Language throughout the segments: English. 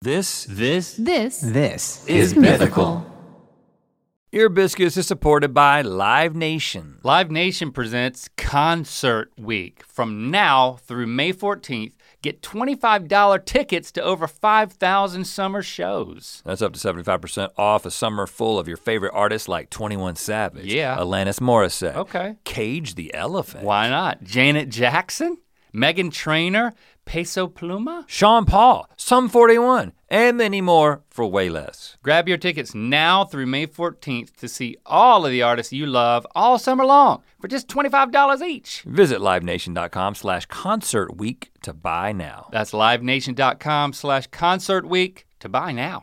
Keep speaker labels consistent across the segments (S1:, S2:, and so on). S1: This, this
S2: This
S3: This
S1: is mythical. Ear Biscuits is supported by Live Nation.
S4: Live Nation presents Concert Week. From now through May 14th, get $25 tickets to over 5,000 summer shows.
S1: That's up to 75% off a summer full of your favorite artists like 21 Savage,
S4: Yeah.
S1: Alanis Morissette,
S4: Okay.
S1: Cage the Elephant,
S4: Why not? Janet Jackson, Megan Trainor, Peso Pluma?
S1: Sean Paul, Sum 41, and many more for way less.
S4: Grab your tickets now through May 14th to see all of the artists you love all summer long for just $25 each.
S1: Visit livenation.com slash concert week to buy now.
S4: That's livenation.com slash concert week to buy now.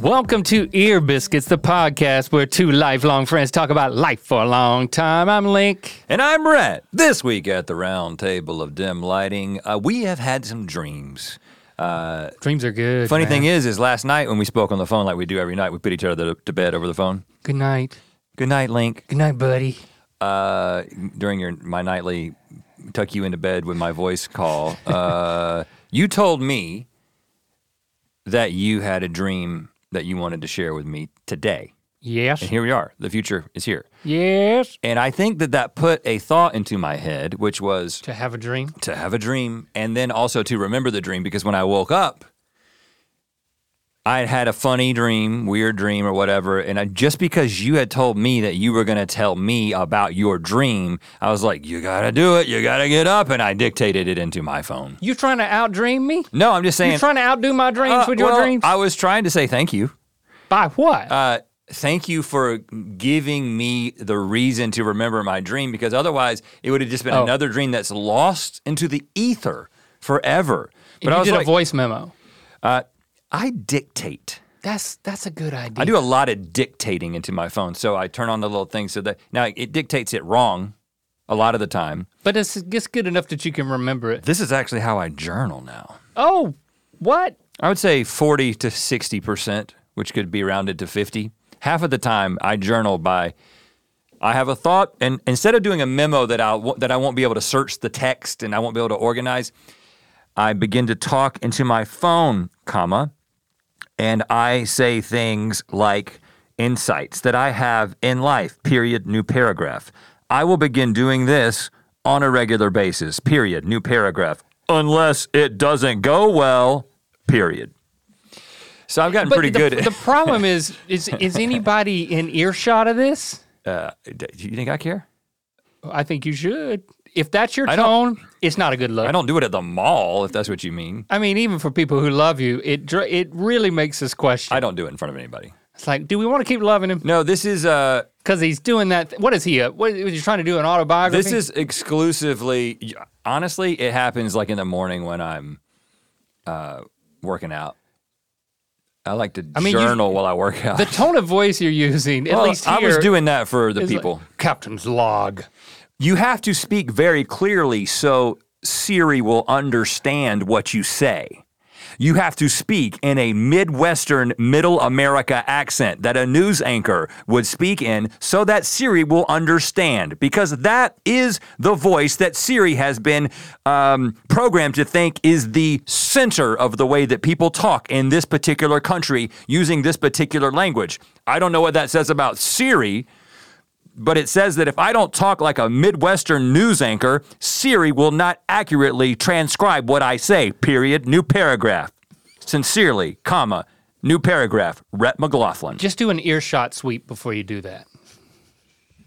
S4: Welcome to Ear Biscuits, the podcast where two lifelong friends talk about life for a long time. I'm Link.
S1: And I'm Brett. This week at the round table of dim lighting, uh, we have had some dreams.
S4: Dreams are good.
S1: Funny
S4: man.
S1: thing is, is last night when we spoke on the phone like we do every night, we put each other to bed over the phone.
S4: Good night.
S1: Good night, Link.
S4: Good night, buddy.
S1: Uh, during your my nightly tuck you into bed with my voice call, uh, you told me that you had a dream that you wanted to share with me today.
S4: Yes.
S1: And here we are. The future is here.
S4: Yes.
S1: And I think that that put a thought into my head, which was
S4: To have a dream.
S1: to have a dream and then also to remember the dream because when I woke up, I had had a funny dream, weird dream, or whatever. And I, just because you had told me that you were going to tell me about your dream, I was like, you got to do it. You got to get up. And I dictated it into my phone.
S4: You trying to outdream me?
S1: No, I'm just saying.
S4: You trying to outdo my dreams
S1: Uh,
S4: with your
S1: well,
S4: dreams?
S1: I was trying to say thank you.
S4: By what?
S1: Uh, thank you for giving me the reason to remember my dream because otherwise it would have just been
S4: Oh.
S1: another dream that's lost into the ether forever.
S4: but
S1: I
S4: you
S1: was
S4: did
S1: like,
S4: a voice memo.
S1: I dictate.
S4: That's that's a good idea.
S1: I do a lot of dictating into my phone. So I turn on the little thing so that now it dictates it wrong a lot of the time.
S4: But it's, it's good enough that you can remember it.
S1: This is actually how I journal now.
S4: Oh, what?
S1: I would say 40 to 60%, which could be rounded to 50. Half of the time I journal by I have a thought and instead of doing a memo that I that I won't be able to search the text and I won't be able to organize, I begin to talk into my phone, comma, and I say things like insights that I have in life, period, new paragraph. I will begin doing this on a regular basis, period, new paragraph, unless it doesn't go well, period. So I've gotten
S4: But
S1: pretty
S4: the,
S1: good.
S4: The problem is, is is anybody in earshot of this?
S1: uh, do you think I care?
S4: I think you should. If that's your
S1: I don't-
S4: tone, it's not a good look.
S1: I
S4: I,
S1: don't do it at the mall, if that's what you mean.
S4: mean, even for people who love you, it dr- it really makes us question.
S1: I don't do it in front of anybody.
S4: it's like, do we want to keep loving him?
S1: No, this is uh,
S4: Because he's doing that. Th- what is he? Uh, what was he trying to do? An autobiography?
S1: this is exclusively. Honestly, it happens like in the morning when I'm uh, working out. I like to
S4: mean, you-
S1: journal while I work out.
S4: the tone of voice you're using. At
S1: Well,
S4: least
S1: I was
S4: here,
S1: doing that for the
S4: is like,
S1: people.
S4: Captain's log.
S1: you have to speak very clearly so Siri will understand what you say. You have to speak in a Midwestern Middle America accent that a news anchor would speak in so that Siri will understand, because that is the voice that Siri has been um, programmed to think is the center of the way that people talk in this particular country using this particular language. I don't know what that says about Siri, but it says that if I don't talk like a Midwestern news anchor, Siri will not accurately transcribe what I say. Period. New paragraph. Sincerely, comma, new paragraph. Rhett McLaughlin.
S4: Just do an earshot sweep before you do that.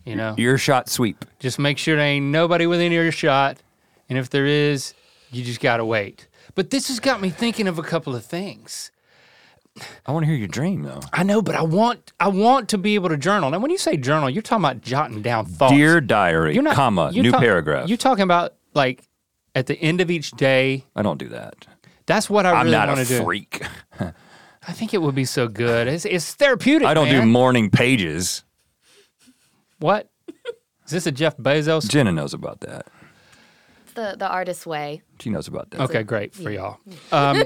S4: You know.
S1: Earshot sweep.
S4: Just make sure there ain't nobody within earshot. And if there is, you just gotta wait. But this has got me thinking of a couple of things.
S1: I want to hear your dream though.
S4: I know, but I want I want to be able to journal. Now when you say journal, you're talking about jotting down thoughts.
S1: Dear diary, comma,
S4: Oh, you're
S1: new
S4: talk-
S1: paragraph.
S4: You're talking about like at the end of each day.
S1: I don't do that.
S4: That's what I
S1: I'm
S4: really
S1: not
S4: want
S1: a
S4: to do.
S1: freak.
S4: I think it would be so good. It's, it's therapeutic.
S1: I don't do
S4: man.
S1: morning pages.
S4: what? Is this a Jeff Bezos?
S1: Jenna knows about that.
S2: the the artist's way.
S1: She knows about that.
S4: okay, great for y'all. Um,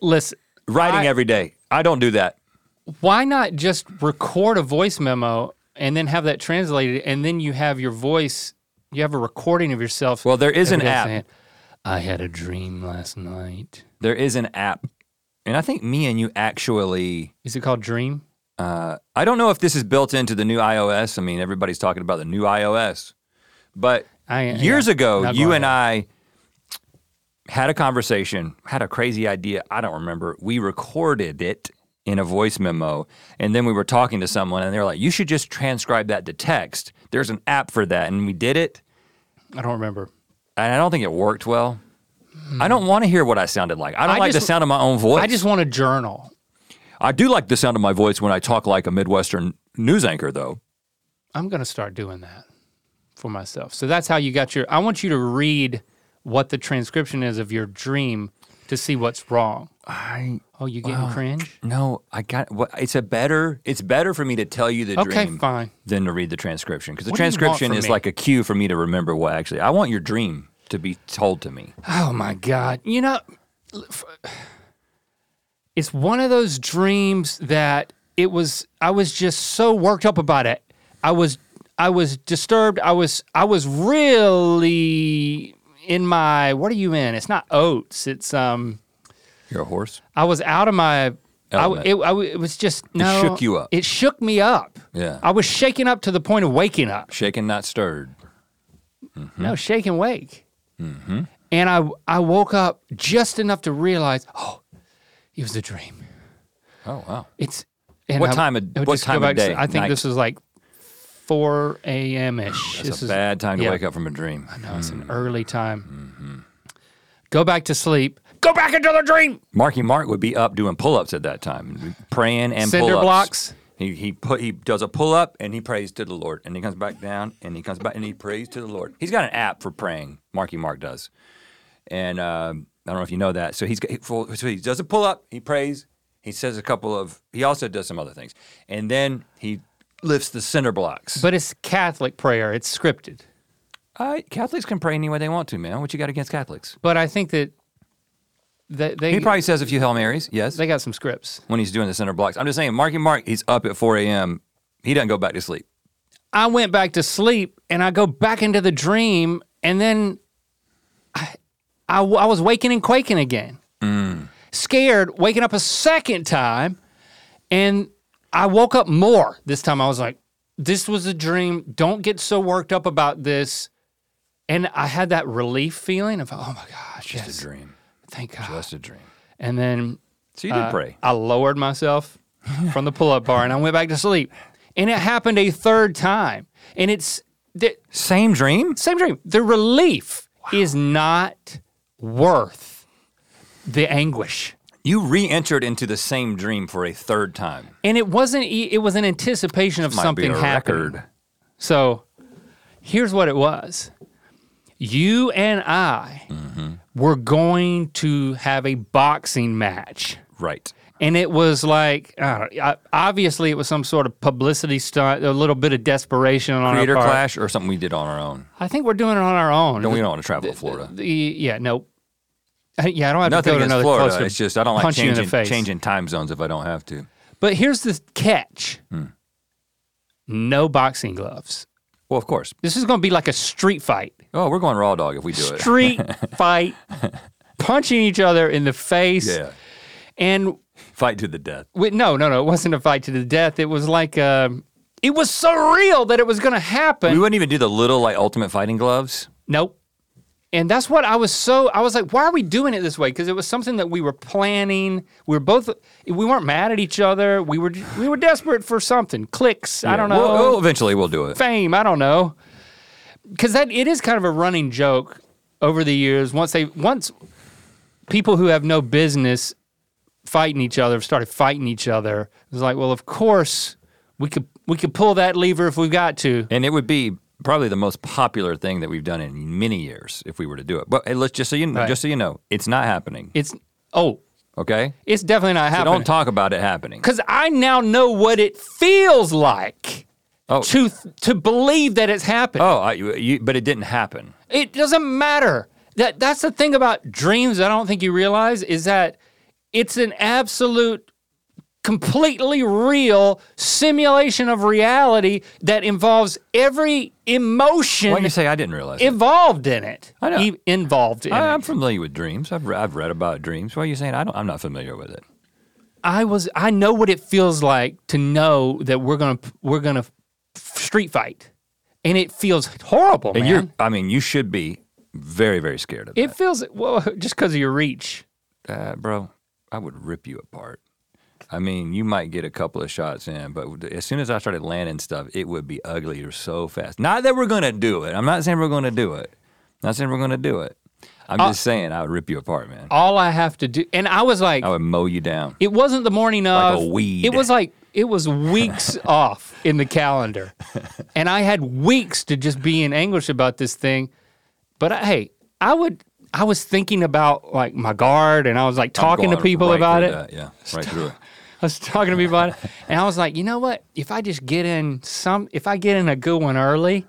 S4: listen,
S1: Writing
S4: I-
S1: every day. I don't do that.
S4: why not just record a voice memo and then have that translated and then you have your voice you have a recording of yourself
S1: Well, there is an
S4: every day
S1: app.
S4: saying, I had a dream last night.
S1: There is an app, and I think me and you actually.
S4: Is it called Dream?
S1: Uh, I don't know if this is built into the new iOS. I mean, everybody's talking about the new iOS, but
S4: I-
S1: years
S4: yeah,
S1: ago,
S4: not
S1: you
S4: going
S1: and I had a conversation, had a crazy idea. I don't remember. We recorded it in a voice memo, and then we were talking to someone, and they were like, "You should just transcribe that to text. There's an app for that," and we did it
S4: I don't remember.
S1: and I don't think it worked well. I don't want to hear what I sounded like. I don't
S4: I
S1: like the
S4: just-
S1: sound of my own voice.
S4: I just want a journal.
S1: I do like the sound of my voice when I talk like a Midwestern news anchor, though.
S4: I'm going to start doing that for myself. So that's how you got your. I want you to read what the transcription is of your dream to see what's wrong.
S1: I
S4: Oh, you getting cringe?
S1: no, I got. What, it's a better. It's better for me to tell you the
S4: Okay,
S1: dream
S4: fine.
S1: than to read the transcription because the
S4: What do you want
S1: transcription
S4: from
S1: is
S4: me?
S1: like a cue for me to remember what actually. I want your dream to be told to me.
S4: Oh my God. You know, l- f- it's one of those dreams that it was, I was just so worked up about it. I was, I was disturbed. I was, I was really in my, what are you in? It's not oats. It's, um,
S1: You're a horse.
S4: I was out of my, I,
S1: Element.
S4: it, I, it was just, no.
S1: shook you up.
S4: It shook me up.
S1: Yeah.
S4: I was shaken up to the point of waking up.
S1: Shaken, not stirred.
S4: No, shake and wake.
S1: Mm-hmm.
S4: And I I woke up just enough to realize, oh, it was a dream.
S1: Oh wow.
S4: It's and
S1: What
S4: I-
S1: time of-
S4: I would
S1: what
S4: just go
S1: time of
S4: back
S1: day,
S4: to- I think
S1: night?
S4: this was like four a.m. ish.
S1: It's
S4: This
S1: a
S4: is
S1: bad Mm. time to
S4: yeah.
S1: wake up from a dream.
S4: no, it's an early time.
S1: Mm-hmm.
S4: Go back to sleep. Go back into the dream.
S1: Marky Mark would be up doing pull-ups at that time, praying and
S4: Cinder
S1: pull-ups.
S4: blocks?
S1: He he put he does a pull-up and he prays to the Lord, and he comes back down and he comes back and he prays to the Lord. He's got an app for praying. Marky Mark does, and um, I don't know if you know that. So he's got, he- so he does a pull-up, he prays, he says a couple of, he also does some other things, and then he lifts the cinder blocks.
S4: But it's Catholic prayer. It's scripted.
S1: uh, Catholics can pray any way they want to, man. What you got against Catholics?
S4: But I think that that they
S1: He probably says a few Hail Marys. Yes.
S4: they got some scripts.
S1: when he's doing the center blocks. I'm just saying, Marky Mark, he's up at 4 a.m. He doesn't go back to sleep.
S4: I went back to sleep and I go back into the dream and then I, I w- I was waking and quaking again. Scared, waking up a second time and I woke up more. This time I was like, this was a dream. Don't get so worked up about this. And I had that relief feeling of, oh my gosh, yes,
S1: Just a dream.
S4: thank God.
S1: Just a dream.
S4: and then
S1: So you did
S4: uh,
S1: pray.
S4: I lowered myself from the pull-up bar and I went back to sleep. And it happened a third time. And it's the
S1: Same dream?
S4: same dream. The relief is not worth the anguish.
S1: You re entered into the same dream for a third time.
S4: And it wasn't e- it was an anticipation of
S1: Might
S4: something
S1: be a
S4: happening.
S1: record.
S4: So here's what it was. You and I
S1: Mm-hmm.
S4: were going to have a boxing match.
S1: Right.
S4: and it was like I don't know, I- obviously it was some sort of publicity stunt, a little bit of desperation on
S1: Creator
S4: our part.
S1: Clash or something we did on our own.
S4: I think we're doing it on our own.
S1: Don't we don't want to travel to Florida.
S4: The- yeah, no, I- yeah, I don't have
S1: Nothing
S4: to go to
S1: against
S4: another
S1: Florida.
S4: close to
S1: It's just I don't like
S4: punch you in the
S1: changing,
S4: face.
S1: changing time zones if I don't have to.
S4: But here's the catch:
S1: Hmm.
S4: no boxing gloves.
S1: Well, of course.
S4: This is going to be like a street fight.
S1: Oh, we're going raw dog if we do it.
S4: Street fight, punching each other in the face,
S1: Yeah.
S4: and
S1: Fight to the death.
S4: Wait, no, no, no. It wasn't a fight to the death. It was like um, it was so real that it was going to happen.
S1: We wouldn't even do the little like ultimate fighting gloves.
S4: Nope. And that's what I was so I was like, why are we doing it this way? Because it was something that we were planning. We were both we weren't mad at each other. We were we were desperate for something. Clicks. I don't know.
S1: We'll- oh, eventually we'll do it.
S4: Fame. I don't know. Cause that it is kind of a running joke over the years. Once they once people who have no business fighting each other have started fighting each other. It's like, well, of course we could we could pull that lever if we've got to.
S1: And it would be probably the most popular thing that we've done in many years if we were to do it. But hey, let's just so you know,
S4: Right.
S1: just so you know, it's not happening.
S4: It's oh,
S1: Okay,
S4: it's definitely not
S1: so
S4: happening.
S1: don't talk about it happening.
S4: because I now know what it feels like
S1: Oh.
S4: to to believe that it's happened.
S1: Oh, I, you, you- but it didn't happen.
S4: It doesn't matter. That that's the thing about dreams. I don't think you realize is that it's an absolute completely real simulation of reality that involves every emotion
S1: Why do you say I didn't realize? it?
S4: involved in it.
S1: I know.
S4: E- involved in
S1: I,
S4: it.
S1: I'm familiar with dreams. I've, re- I've read about dreams. Why are you saying I don't? I'm not familiar with it.
S4: I was I know what it feels like to know that we're gonna we're gonna f- street fight, and it feels horrible,
S1: And
S4: man.
S1: you're, I mean, you should be very, very scared of
S4: it feels well just because of your reach.
S1: that, uh, bro. I would rip you apart. I mean, you might get a couple of shots in, but as soon as I started landing stuff, it would be ugly or so fast. Not that we're gonna do it. I'm not saying we're gonna do it. Not saying we're gonna do it. I'm
S4: Uh,
S1: just saying I would rip you apart, man.
S4: All I have to do, and I was like,
S1: I would mow you down.
S4: it wasn't the morning
S1: Oh. Like
S4: of
S1: a weed.
S4: It was like it was weeks off in the calendar, and I had weeks to just be in anguish about this thing. But I, hey, I would. I was thinking about like my guard, and I was like
S1: I'm
S4: talking to
S1: going
S4: people
S1: right
S4: about
S1: through
S4: it.
S1: that, Yeah, right through it.
S4: I was talking to me about it, and I was like, you know what? If I just get in some, if I get in a good one early,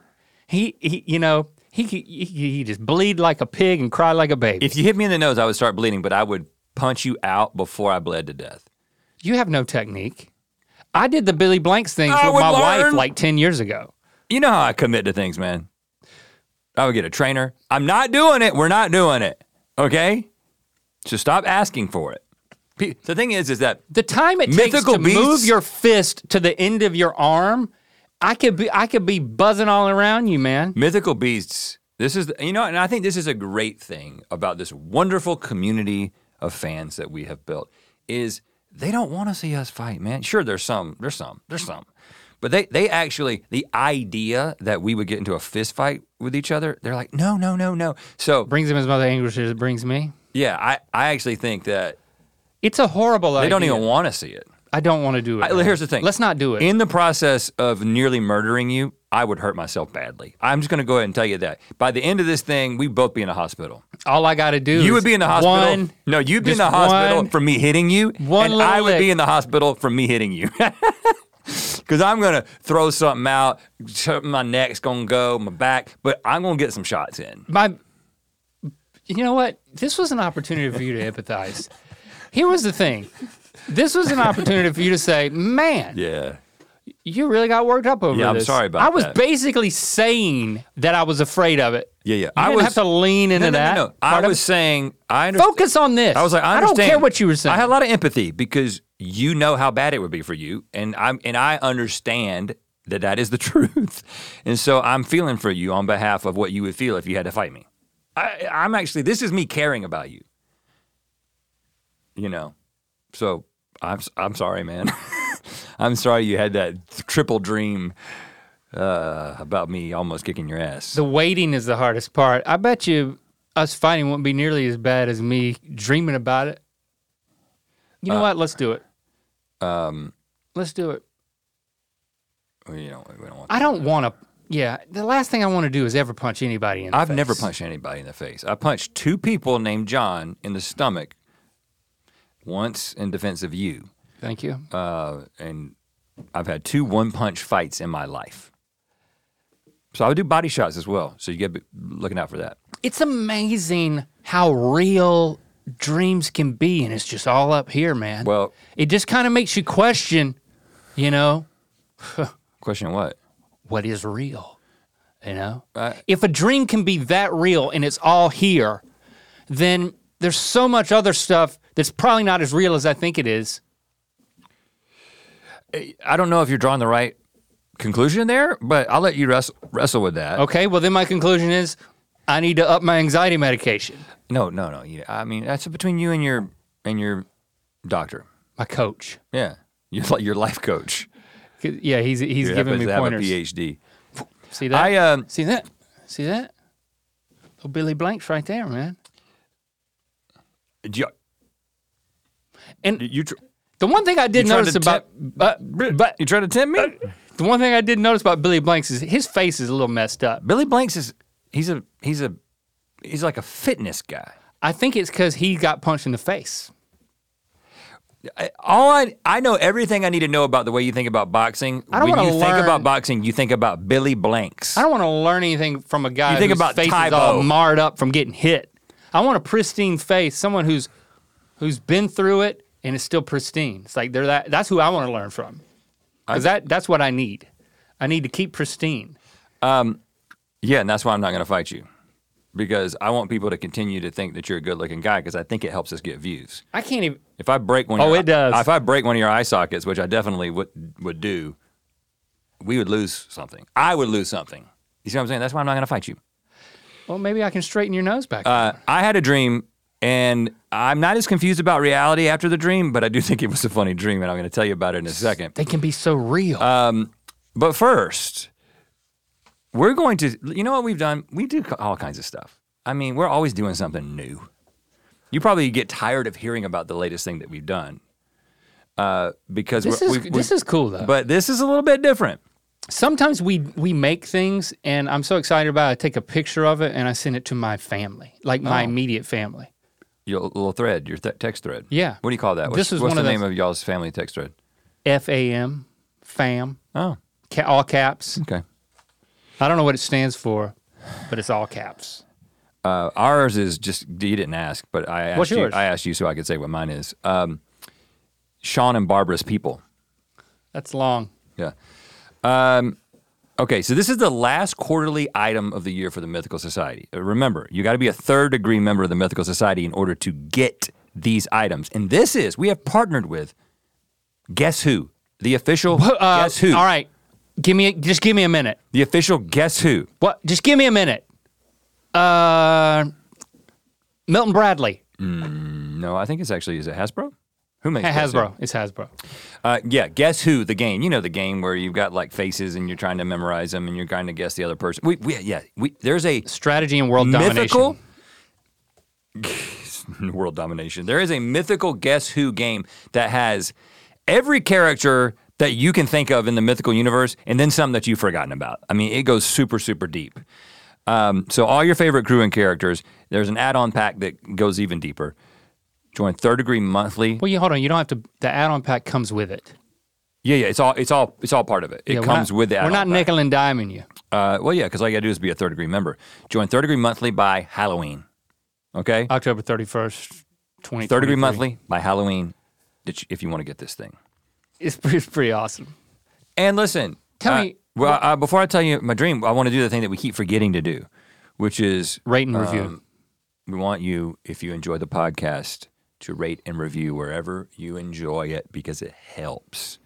S4: he, he you know, he could- he, he just bleed like a pig and cry like a baby.
S1: If you hit me in the nose, I would start bleeding, but I would punch you out before I bled to death.
S4: you have no technique. I did the Billy Blanks thing
S1: I
S4: with
S1: would
S4: my wife
S1: learn.
S4: like ten years ago.
S1: You know how I commit to things, man. I would get a trainer. I'm not doing it. We're not doing it. Okay? So stop asking for it. Pe- The thing is, is that
S4: The time it
S1: Mythical
S4: takes to move
S1: beasts?
S4: your fist to the end of your arm, I could be, I could be buzzing all around you, man.
S1: mythical beasts, this is, you know, and I think this is a great thing about this wonderful community of fans that we have built is they don't want to see us fight, man. Sure, there's some, there's some, there's some. But they, they actually, the idea that we would get into a fist fight with each other, they're like, no, no, no, no. So,
S4: Brings him as much anguish as it brings me.
S1: yeah, I, I actually think that
S4: It's a horrible
S1: They
S4: idea.
S1: don't even want to see it.
S4: I don't want to do it.
S1: I- here's the thing.
S4: Let's not do it.
S1: In the process of nearly murdering you, I would hurt myself badly. I'm just going to go ahead and tell you that. By the end of this thing, we'd both be in the hospital.
S4: All I got to do.
S1: You
S4: is
S1: would be in the hospital.
S4: One,
S1: no, you'd be in the
S4: just
S1: hospital
S4: one-
S1: from me hitting you,
S4: one
S1: and I
S4: little
S1: would be
S4: lick.
S1: in the hospital from me hitting you. Because I'm going to throw something out. My neck's going to go, my back, but I'm going to get some shots in.
S4: my. You know what? This was an opportunity for you to empathize. Here was the thing. This was an opportunity for you to say, "Man,
S1: Yeah.
S4: you really got worked up over
S1: Yeah, I'm
S4: this."
S1: sorry about
S4: I was
S1: that.
S4: basically saying that I was afraid of it.
S1: Yeah, yeah.
S4: I
S1: I
S4: didn't
S1: was-
S4: have to lean into
S1: No, no,
S4: that.
S1: no, no.
S4: part
S1: I
S4: of
S1: was
S4: it.
S1: saying, I understand.
S4: focus on this.
S1: I was like, I,
S4: don't
S1: understand.
S4: care what you were saying.
S1: I had a lot of empathy because you know how bad it would be for you, and I'm and I understand that that is the truth, and so I'm feeling for you on behalf of what you would feel if you had to fight me. I, I'm actually this is me caring about you. You know, so I'm s- I'm sorry, man. I'm sorry you had that triple dream uh, about me almost kicking your ass.
S4: the waiting is the hardest part. I bet you us fighting won't be nearly as bad as me dreaming about it. You
S1: Uh,
S4: know what? Let's do it. Um,
S1: um,
S4: let's do it.
S1: you know, we don't want.
S4: I don't want to. Yeah, the last thing I want to do is ever punch anybody in. The
S1: I've never
S4: face.
S1: punched anybody in the face. I punched two people named John in the stomach once in defense of you.
S4: Thank you.
S1: Uh, and I've had two one punch fights in my life. So I would do body shots as well. So you get be looking out for that.
S4: It's amazing how real dreams can be, and it's just all up here, man.
S1: Well,
S4: it just kind of makes you question. You know,
S1: question what?
S4: what is real? You know,
S1: Uh,
S4: if a dream can be that real and it's all here, then there's so much other stuff that's probably not as real as I think it is.
S1: I don't know if you're drawing the right conclusion there, but I'll let you wrestle, wrestle with that.
S4: Okay, well then my conclusion is I need to up my anxiety medication.
S1: No, no, no. You- I mean, that's between you and your and your doctor.
S4: My coach.
S1: Yeah. Your, li- your life coach.
S4: 'Cause- Yeah, he's he's
S1: Who
S4: giving
S1: happens
S4: me
S1: to have a
S4: pointers.
S1: PhD.
S4: See that?
S1: I um
S4: See that? See that? Little Billy Blanks right there, man.
S1: do you-
S4: And
S1: You tr-
S4: the one thing I did
S1: You tried
S4: notice
S1: to
S4: about but, but
S1: you trying to tempt me?
S4: the one thing I did notice about Billy Blanks is his face is a little messed up.
S1: Billy Blanks is he's a he's a he's like a fitness guy.
S4: I think it's because he got punched in the face.
S1: I- All I I know everything I need to know about the way you think about boxing.
S4: I don't
S1: when you
S4: wanna
S1: think
S4: learn-
S1: about boxing, you think about Billy Blanks.
S4: I don't want to learn anything from a guy
S1: You think
S4: whose
S1: about
S4: face
S1: Tybo.
S4: is all marred up from getting hit. I want a pristine face, someone who's who's been through it, and it's still pristine. It's like they're that. That's who I want to learn from, because that that's what I need. I need to keep pristine.
S1: Yeah, and that's why I'm not going to fight you because I want people to continue to think that you're a good-looking guy because I think it helps us get views.
S4: I can't even.
S1: If I break one,
S4: Oh,
S1: of your,
S4: it does.
S1: If I break one of your eye sockets, which I definitely would would do, we would lose something. I would lose something. You see what I'm saying? That's why I'm not going to fight you.
S4: Well, maybe I can straighten your nose back.
S1: Uh, I had a dream, and I'm not as confused about reality after the dream, but I do think it was a funny dream, and I'm going to tell you about it in a second.
S4: they can be so real.
S1: uh, But first, we're going to, you know what we've done? We do all kinds of stuff. I mean, we're always doing something new. You probably get tired of hearing about the latest thing that we've done uh, because
S4: this
S1: we're,
S4: is
S1: we- we-
S4: this is cool though.
S1: but this is a little bit different.
S4: sometimes we we make things and I'm so excited about it. I take a picture of it and I send it to my family, like
S1: Oh.
S4: my immediate family.
S1: Your little thread, your th- text thread.
S4: Yeah.
S1: What do you call that? What's,
S4: This is
S1: what's
S4: one
S1: the
S4: of
S1: name
S4: those-
S1: of y'all's family text thread?
S4: F A M, fam,
S1: Oh,
S4: ca- all caps.
S1: okay.
S4: I don't know what it stands for, but it's all caps.
S1: Uh, ours is just you didn't ask, but I asked
S4: What's
S1: you.
S4: yours?
S1: I asked you so I could say what mine is. Um, Sean and Barbara's people.
S4: That's long.
S1: Yeah. Um, okay, so this is the last quarterly item of the year for the Mythical Society. Uh, Remember, you got to be a third degree member of the Mythical Society in order to get these items. And this is we have partnered with. Guess who? The official.
S4: Uh,
S1: guess who?
S4: All right, give me just give me a minute.
S1: The official. Guess who?
S4: What? Just give me a minute. Uh, Milton Bradley,
S1: No, I think it's actually is it Hasbro. Who makes Guess Who?
S4: Hasbro. It's Hasbro.
S1: Uh, yeah, guess who? The game. You know the game where you've got like faces and you're trying to memorize them and you're trying to guess the other person. We, we yeah, we, there's a
S4: Strategy and world
S1: mythical
S4: domination.
S1: world domination. There is a mythical guess who game that has every character that you can think of in the mythical universe and then some that you've forgotten about. I mean, it goes super super deep. Um, so all your favorite crew and characters. There's an add-on pack that goes even deeper. Join third degree monthly.
S4: Well, you hold on. You don't have to. The add-on pack comes with it.
S1: Yeah, yeah. It's all it's all it's all part of it. It
S4: Yeah, we're
S1: comes
S4: not-
S1: with the add-on
S4: We're not
S1: pack.
S4: nickel and diming you.
S1: Uh, well, yeah, because all you gotta do is be a third degree member. Join third degree monthly by Halloween. Okay,
S4: October thirty first, twenty.
S1: third degree monthly by Halloween. that you- If you want to get this thing,
S4: It's pretty, it's pretty awesome.
S1: and listen,
S4: Tell
S1: uh,
S4: me-
S1: Well, uh, before I tell you my dream, I want to do the thing that we keep forgetting to do, which is um,
S4: Rate and review.
S1: we want you, if you enjoy the podcast, to rate and review wherever you enjoy it because it helps.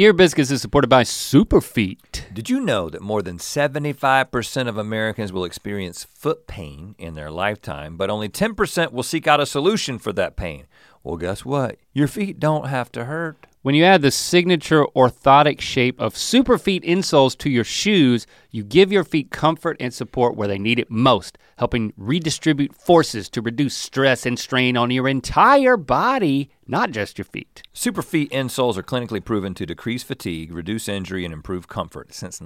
S4: Ear Biscuits is supported by Superfeet.
S1: Did you know that more than 75% of Americans will experience foot pain in their lifetime, but only 10% will seek out a solution for that pain? Well, guess what? Your feet don't have to hurt.
S4: When you add the signature orthotic shape of Superfeet insoles to your shoes, you give your feet comfort and support where they need it most, helping redistribute forces to reduce stress and strain on your entire body, not just your feet.
S1: Superfeet insoles are clinically proven to decrease fatigue, reduce injury, and improve comfort. Since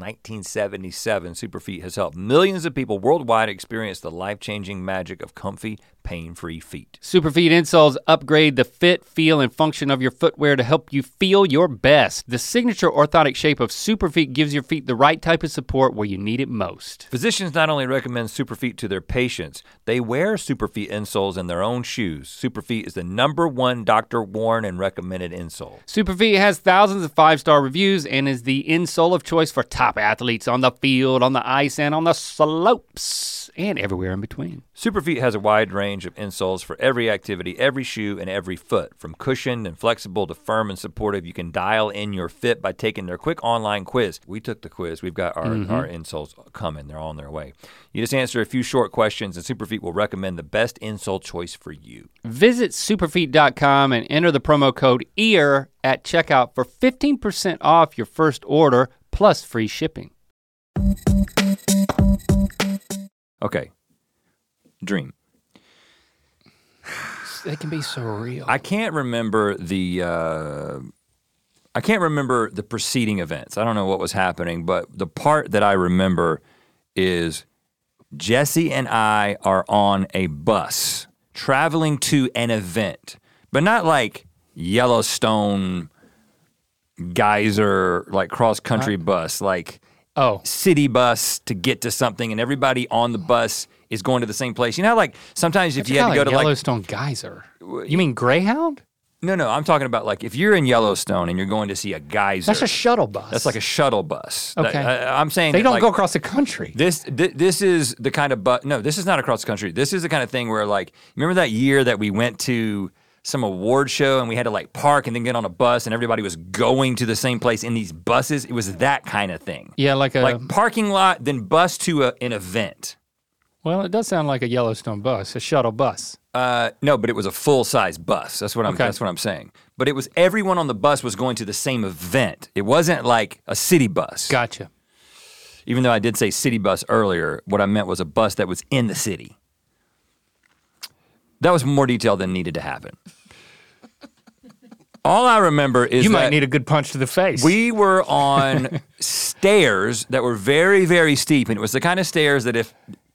S1: 1977, Superfeet has helped millions of people worldwide experience the life changing magic of comfy, pain free feet.
S4: Superfeet insoles upgrade the fit, feel, and function of your footwear to help you feel your best. The signature orthotic shape of Superfeet gives your feet the right type of support where you need it most.
S1: Physicians not only recommend Superfeet to their patients, they wear Superfeet insoles in their own shoes. Superfeet is the number one doctor worn and recommended insole.
S4: Superfeet has thousands of five star reviews and is the insole of choice for top athletes on the field, on the ice, and on the slopes, and everywhere in between.
S1: Superfeet has a wide range of insoles for every activity, every shoe, and every foot. From cushioned and flexible to firm and supportive, you can dial in your fit by taking their quick online quiz. We took the quiz. We've got our, our insoles coming. They're on their way. You just answer a few short questions, and Superfeet will recommend the best insole choice for you.
S4: Visit superfeet.com and enter the promo code EAR at checkout for 15% off your first order plus free shipping.
S1: Okay. Dream.
S4: They can be so real.
S1: I can't remember the uh, I can't remember the preceding events. I don't know what was happening, but the part that I remember is Jesse and I are on a bus traveling to an event, but not like Yellowstone geyser like cross
S4: Uh.
S1: country bus like
S4: oh,
S1: city bus to get to something and everybody on the bus is going to the same place. You know, how, like sometimes if
S4: It's
S1: you had to
S4: kinda
S1: go
S4: like
S1: to like
S4: Yellowstone geyser. You mean Greyhound?
S1: no, no, I'm talking about like if you're in Yellowstone and you're going to see a geyser,
S4: That's a shuttle bus.
S1: that's like a shuttle bus. That-
S4: Okay.
S1: I, am saying
S4: They
S1: that,
S4: don't
S1: like,
S4: go across the country.
S1: This th- this is the kind of but no, this is not across the country. This is the kind of thing where like remember that year that we went to some award show and we had to like park and then get on a bus and everybody was going to the same place in these buses. It was that kind of thing.
S4: Yeah, like a
S1: Like parking lot, then bus to a, an event.
S4: well, it does sound like a Yellowstone bus, a shuttle bus.
S1: Uh, no, but it was a full size bus. That's what I'm.
S4: Okay.
S1: That's what I'm saying. But it was everyone on the bus was going to the same event. It wasn't like a city bus.
S4: Gotcha.
S1: Even though I did say city bus earlier, what I meant was a bus that was in the city. That was more detail than needed to happen. All I remember is
S4: You might
S1: that
S4: need a good punch to the face.
S1: we were on stairs that were very, very steep, and it was the kind of stairs that if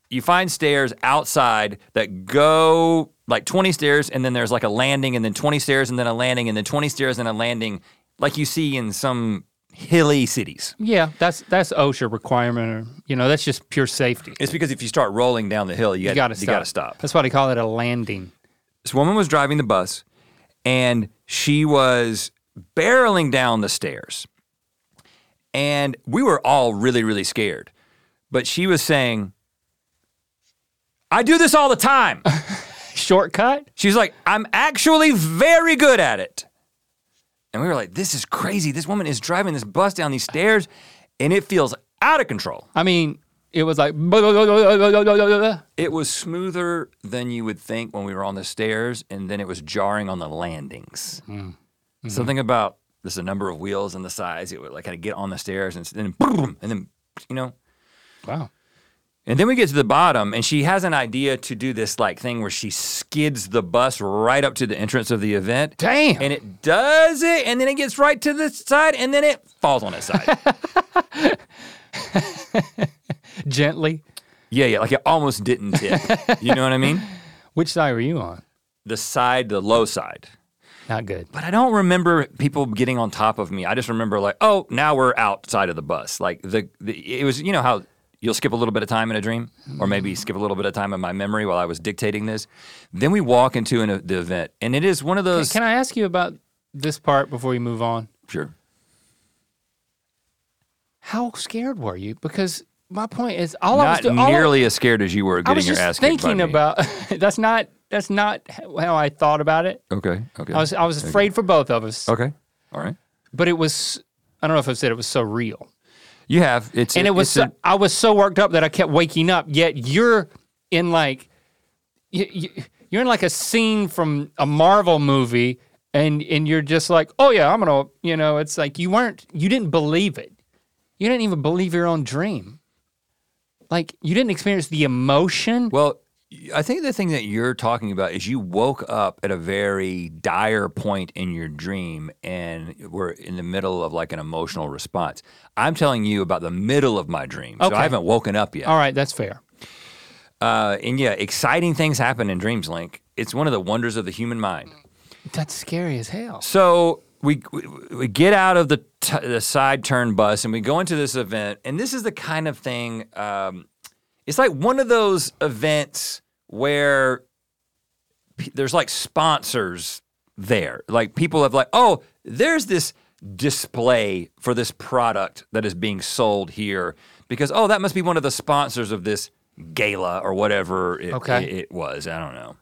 S1: you find stairs outside that go like 20 stairs, and then there's like a landing, and then 20 stairs, and then a landing, and then 20 stairs, and a landing, like you see in some hilly cities.
S4: yeah, that's that's OSHA requirement. Or, you know, that's just pure safety.
S1: It's because if you start rolling down the hill, you,
S4: You
S1: got
S4: gotta
S1: to
S4: stop.
S1: You gotta stop.
S4: That's why they call it a landing.
S1: This woman was driving the bus, and she was barreling down the stairs, and we were all really, really scared. But she was saying, "I do this all the time."
S4: Shortcut?
S1: She's like, "I'm actually very good at it," and we were like, "This is crazy. This woman is driving this bus down these stairs, and it feels out of control."
S4: I mean, it was like blah, blah, blah, blah, blah, blah, blah, blah, blah.
S1: It was smoother than you would think when we were on the stairs, and then it was jarring on the landings. Something about this the number of wheels and the size. It would like had to get on the stairs and then boom, and then you know.
S4: Wow.
S1: And then we get to the bottom, and she has an idea to do this like thing where she skids the bus right up to the entrance of the event.
S4: Damn.
S1: And it does it, and then it gets right to the side, and then it falls on its side.
S4: Gently.
S1: yeah, yeah, like it almost didn't tip. You know what I mean?
S4: Which side were you on?
S1: The side, the low side.
S4: Not good.
S1: But I don't remember people getting on top of me. I just remember like, oh, now we're outside of the bus. Like the, the it was, you know how you'll skip a little bit of time in a dream, or maybe skip a little bit of time in my memory while I was dictating this. Then we walk into an, the event, and it is one of those.
S4: Can I ask you about this part before you move on?
S1: sure.
S4: How scared were you? Because my point is, all I
S1: Not
S4: was do- all I-
S1: nearly as scared as you were
S4: I
S1: getting
S4: was
S1: your
S4: just
S1: ass kicked by
S4: thinking
S1: me.
S4: about. that's not. That's not how I thought about it.
S1: Okay. Okay.
S4: I was. I was afraid for both of us.
S1: okay. All right.
S4: But it was. I don't know if I said it was so real.
S1: You have it's
S4: and it
S1: it's
S4: was
S1: a-
S4: so, I was so worked up that I kept waking up. Yet you're in like you, you, you're in like a scene from a Marvel movie, and and you're just like, oh yeah, I'm gonna, you know, it's like you weren't, you didn't believe it, you didn't even believe your own dream, like you didn't experience the emotion.
S1: Well, y- I think the thing that you're talking about is you woke up at a very dire point in your dream and were in the middle of like an emotional response. I'm telling you about the middle of my dream. So
S4: Okay. Oh.
S1: I haven't woken up yet.
S4: All right, that's fair.
S1: Uh, and yeah, exciting things happen in dreams, Link. It's one of the wonders of the human mind.
S4: That's scary as hell.
S1: So we we- we get out of the t- the side turn bus and we go into this event, and this is the kind of thing. Um, it's like one of those events where p- there's like sponsors there, like people have like, oh, there's this display for this product that is being sold here because oh, that must be one of the sponsors of this gala or whatever it,
S4: Okay.
S1: it- it was. I don't know.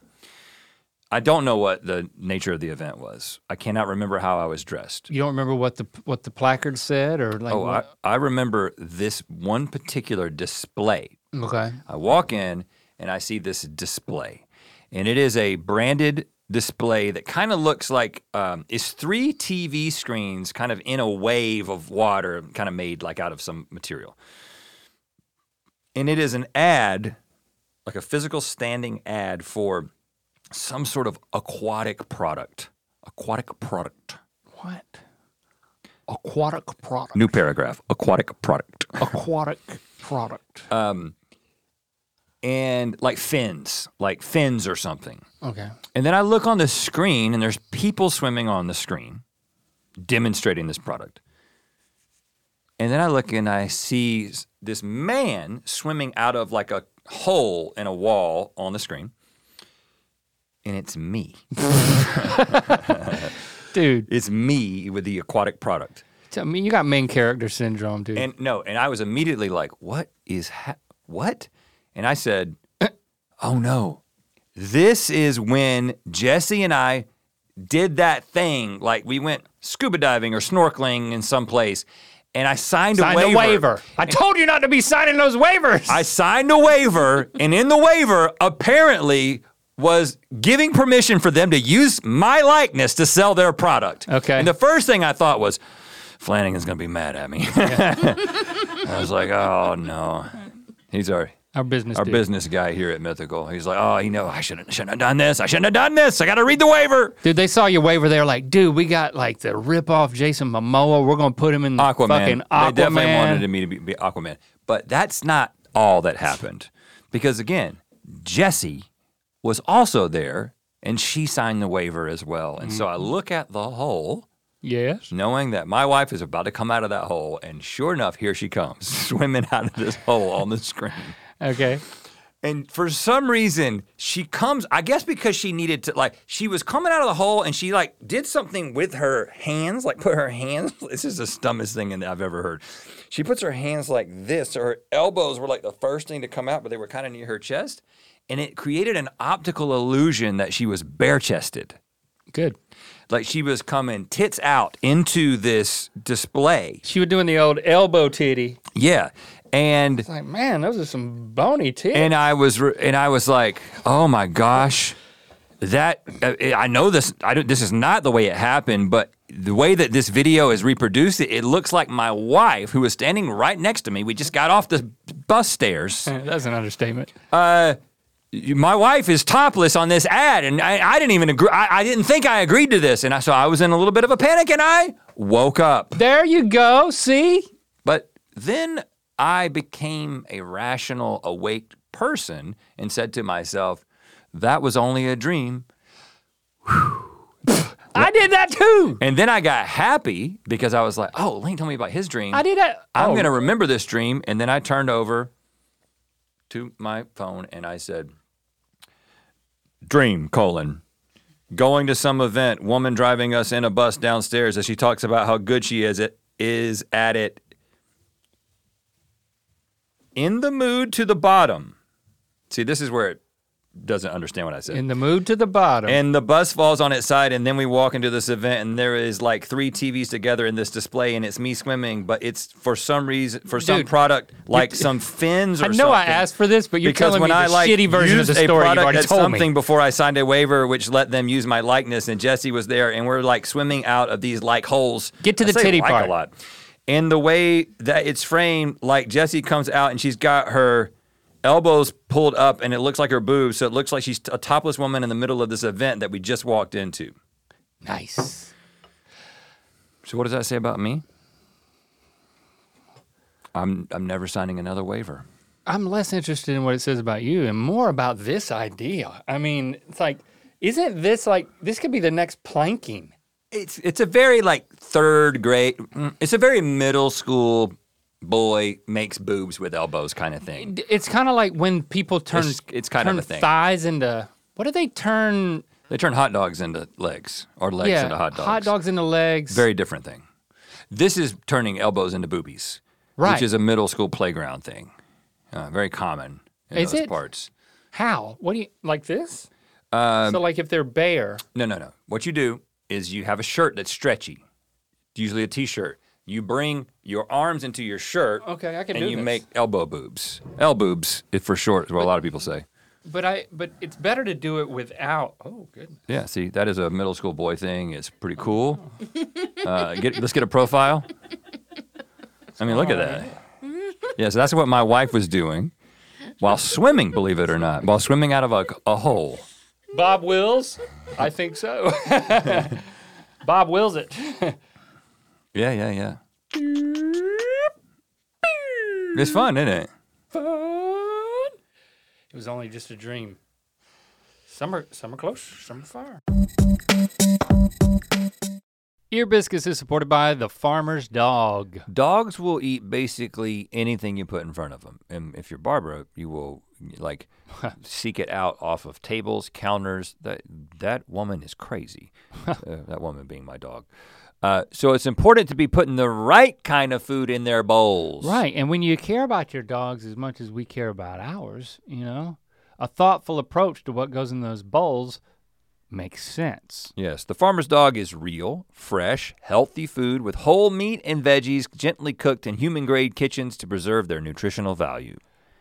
S1: I don't know what the nature of the event was. I cannot remember how I was dressed.
S4: You don't remember what the what the placard said or like?
S1: Oh, I,
S4: what-
S1: I remember this one particular display.
S4: okay.
S1: I walk in and I see this display, and it is a branded display that kind of looks like um, it's three TV screens kind of in a wave of water, kind of made like out of some material. And it is an ad, like a physical standing ad for some sort of aquatic product. Aquatic product.
S4: What? Aquatic product.
S1: New paragraph. Aquatic product.
S4: Aquatic product.
S1: And like fins, like fins or something.
S4: okay.
S1: And then I look on the screen and there's people swimming on the screen demonstrating this product. And then I look and I see s- this man swimming out of like a hole in a wall on the screen. And it's me.
S4: dude.
S1: It's me with the aquatic product.
S4: I mean, you got main character syndrome, dude.
S1: And no, and I was immediately like, "What is ha- what?" And I said, "Oh no, this is when Jesse and I did that thing. Like we went scuba diving or snorkeling in some place, and I signed,
S4: Sign
S1: a waiver.
S4: the waiver. I told you not to be signing those waivers.
S1: I signed a waiver, and in the waiver, apparently." Was giving permission for them to use my likeness to sell their product.
S4: Okay.
S1: And the first thing I thought was, Flanagan's gonna be mad at me. I was like, oh no. He's our
S4: our business.
S1: our
S4: dude.
S1: business guy here at Mythical. He's like, oh, you know, I shouldn't shouldn't have done this. I shouldn't have done this. I got to read the waiver.
S4: Dude, they saw your waiver. They were like, dude, we got like the rip-off Jason Momoa. We're gonna put him in the
S1: Aquaman.
S4: fucking Aquaman.
S1: They definitely wanted me to be, be Aquaman, but that's not all that happened, because again, Jesse was also there, and she signed the waiver as well. And
S4: Mm-hmm.
S1: so I look at the hole.
S4: Yes.
S1: Knowing that my wife is about to come out of that hole, and sure enough, here she comes, swimming out of this hole on the screen.
S4: Okay.
S1: And for some reason, she comes, I guess because she needed to, like, she was coming out of the hole and she, like, did something with her hands, like, put her hands. This is the dumbest thing I've ever heard. She puts her hands like this. So her elbows were, like, the first thing to come out, but they were kind of near her chest. And it created an optical illusion that she was bare chested.
S4: Good.
S1: Like, she was coming tits out into this display.
S4: She was doing the old elbow titty.
S1: Yeah. And.
S4: It's like, man, those are some bony titties.
S1: and I was re- and I was like, oh my gosh, that I I know this. I don't, this is not the way it happened, but the way that this video is reproduced, it, it looks like my wife, who was standing right next to me. We just got off the bus stairs.
S4: That's an understatement.
S1: My wife is topless on this ad, and I, I didn't even agree. I, I didn't think I agreed to this, and I, so I was in a little bit of a panic, and I woke up.
S4: There you go. See?
S1: But then I became a rational, awake person and said to myself, that was only a dream.
S4: I did that too.
S1: And then I got happy because I was like, oh, Lane told me about his dream.
S4: I did that.
S1: I'm
S4: Oh,
S1: going to remember this dream. And then I turned over to my phone and I said, dream, colon. Going to some event, woman driving us in a bus downstairs as she talks about how good she is at, is at it. In the mood to the bottom. See, this is where it doesn't understand what I said.
S4: in the mood to the bottom.
S1: And the bus falls on its side, and then we walk into this event, and there is like three TVs together in this display, and it's me swimming, but it's for some reason, for some
S4: Dude,
S1: product, like some fins or
S4: I know
S1: something.
S4: I asked for this, but you're
S1: because
S4: telling
S1: when
S4: me
S1: I
S4: the
S1: like
S4: shitty version of
S1: used
S4: the
S1: a
S4: story you've
S1: product
S4: already
S1: at
S4: told
S1: something
S4: me.
S1: before I signed a waiver, which let them use my likeness, and Jesse was there, and we're like swimming out of these like holes.
S4: Get to
S1: I
S4: the
S1: say
S4: titty
S1: like
S4: part.
S1: a lot, and the way that it's framed, like Jesse comes out and she's got her elbows pulled up, and it looks like her boobs, so it looks like she's a topless woman in the middle of this event that we just walked into.
S4: Nice.
S1: So what does that say about me? I'm I'm never signing another waiver.
S4: I'm less interested in what it says about you and more about this idea. I mean, it's like, isn't this like, this could be the next planking?
S1: it's it's a very like third grade. mm, It's a very middle school boy makes boobs with elbows kind of thing.
S4: D- It's kind of like when people turn
S1: It's- it's kind of
S4: turn
S1: a thing.
S4: thighs into what do they turn?
S1: They turn hot dogs into legs or legs
S4: yeah,
S1: into hot dogs.
S4: into legs.
S1: Very different thing. This is turning elbows into boobies,
S4: Right.
S1: which is a middle school playground thing. Uh, very common in
S4: Is
S1: those
S4: it?
S1: parts.
S4: How? What do you like this? Um, so like if they're bare,
S1: No, no, no. What you do is you have a shirt that's stretchy, usually a t-shirt. You bring your arms into your shirt.
S4: Okay, I can
S1: And
S4: do
S1: you
S4: this.
S1: make elbow boobs. Elboobs, if for short, is what a lot of people say.
S4: but I but it's better to do it without. Oh, goodness.
S1: Yeah, see, that is a middle school boy thing. It's pretty cool. Uh, get, let's get a profile. I mean, look at that. Yeah, so that's what my wife was doing while swimming, believe it or not, while swimming out of a, a hole.
S4: Bob Wills, I think so. Bob Wills it.
S1: Yeah, yeah, yeah. It's fun, isn't it?
S4: Fun. It was only just a dream. Some are some are close, some are far. Ear Biscuits is supported by the Farmer's Dog.
S1: Dogs will eat basically anything you put in front of them. And if you're Barbara, you will like seek it out off of tables, counters. That that woman is crazy. Uh, that woman being my dog. Uh, so it's important to be putting the right kind of food in their bowls.
S4: Right, and when you care about your dogs as much as we care about ours, you know, a thoughtful approach to what goes in those bowls makes sense.
S1: Yes, the farmer's dog is real, fresh, healthy food with whole meat and veggies gently cooked in human grade kitchens to preserve their nutritional value.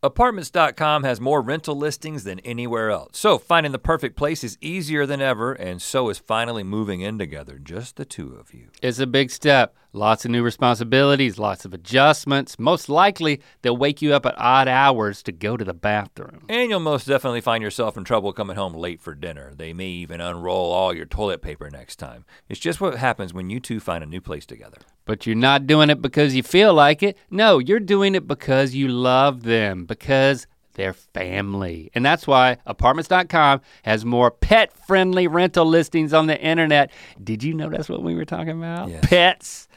S1: Apartments.com has more rental listings than anywhere else. So finding the perfect place is easier than ever, and so is finally moving in together, just the two of you.
S4: It's a big step. Lots of new responsibilities, lots of adjustments. Most likely, they'll wake you up at odd hours to go to the bathroom.
S1: And you'll most definitely find yourself in trouble coming home late for dinner. They may even unroll all your toilet paper next time. It's just what happens when you two find a new place together.
S4: But you're not doing it because you feel like it. No, you're doing it because you love them, because they're family. And that's why apartments.com has more pet friendly rental listings on the internet. Did you know that's what we were talking about?
S1: Yes.
S4: Pets.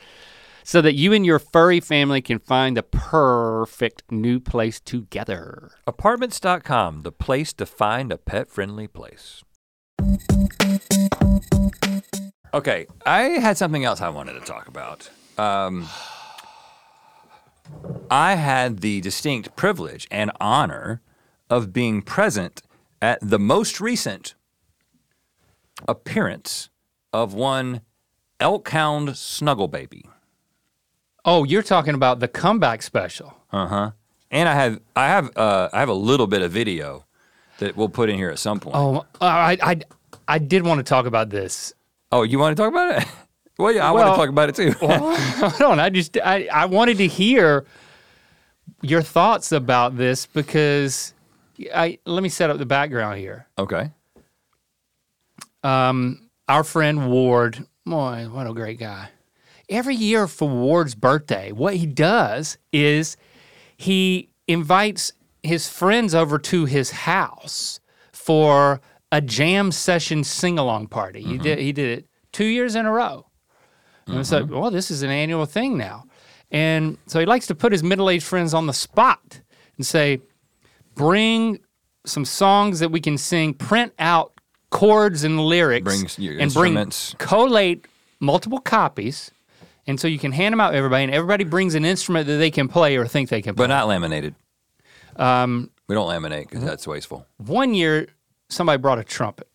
S4: So that you and your furry family can find the perfect new place together.
S1: Apartments.com, the place to find a pet friendly place. Okay, I had something else I wanted to talk about. Um, I had the distinct privilege and honor of being present at the most recent appearance of one elk hound snuggle baby.
S4: Oh, you're talking about the comeback special.
S1: Uh huh. And I have I have uh, I have a little bit of video that we'll put in here at some point. Oh,
S4: Oh, I, I, I did want to talk about this.
S1: Oh, you want to talk about it? Well, yeah, I want
S4: Well-
S1: to talk about it too.
S4: Hold on, I just I, I wanted to hear your thoughts about this because I let me set up the background here.
S1: okay.
S4: Um, our friend Ward, boy, what a great guy. Every year for Ward's birthday, what he does is he invites his friends over to his house for a jam session sing along party. He did he did it two years in a row. And it's
S1: Mm-hmm.
S4: like, well, this is an annual thing now. And so he likes to put his middle aged friends on the spot and say, bring some songs that we can sing, print out chords and lyrics,
S1: Bring s- your
S4: and bring
S1: instruments.
S4: collate multiple copies. And so you can hand them out to everybody, and everybody brings an instrument that they can play or think they can play.
S1: But not laminated. Um, we don't laminate because that's wasteful.
S4: One year, somebody brought a trumpet.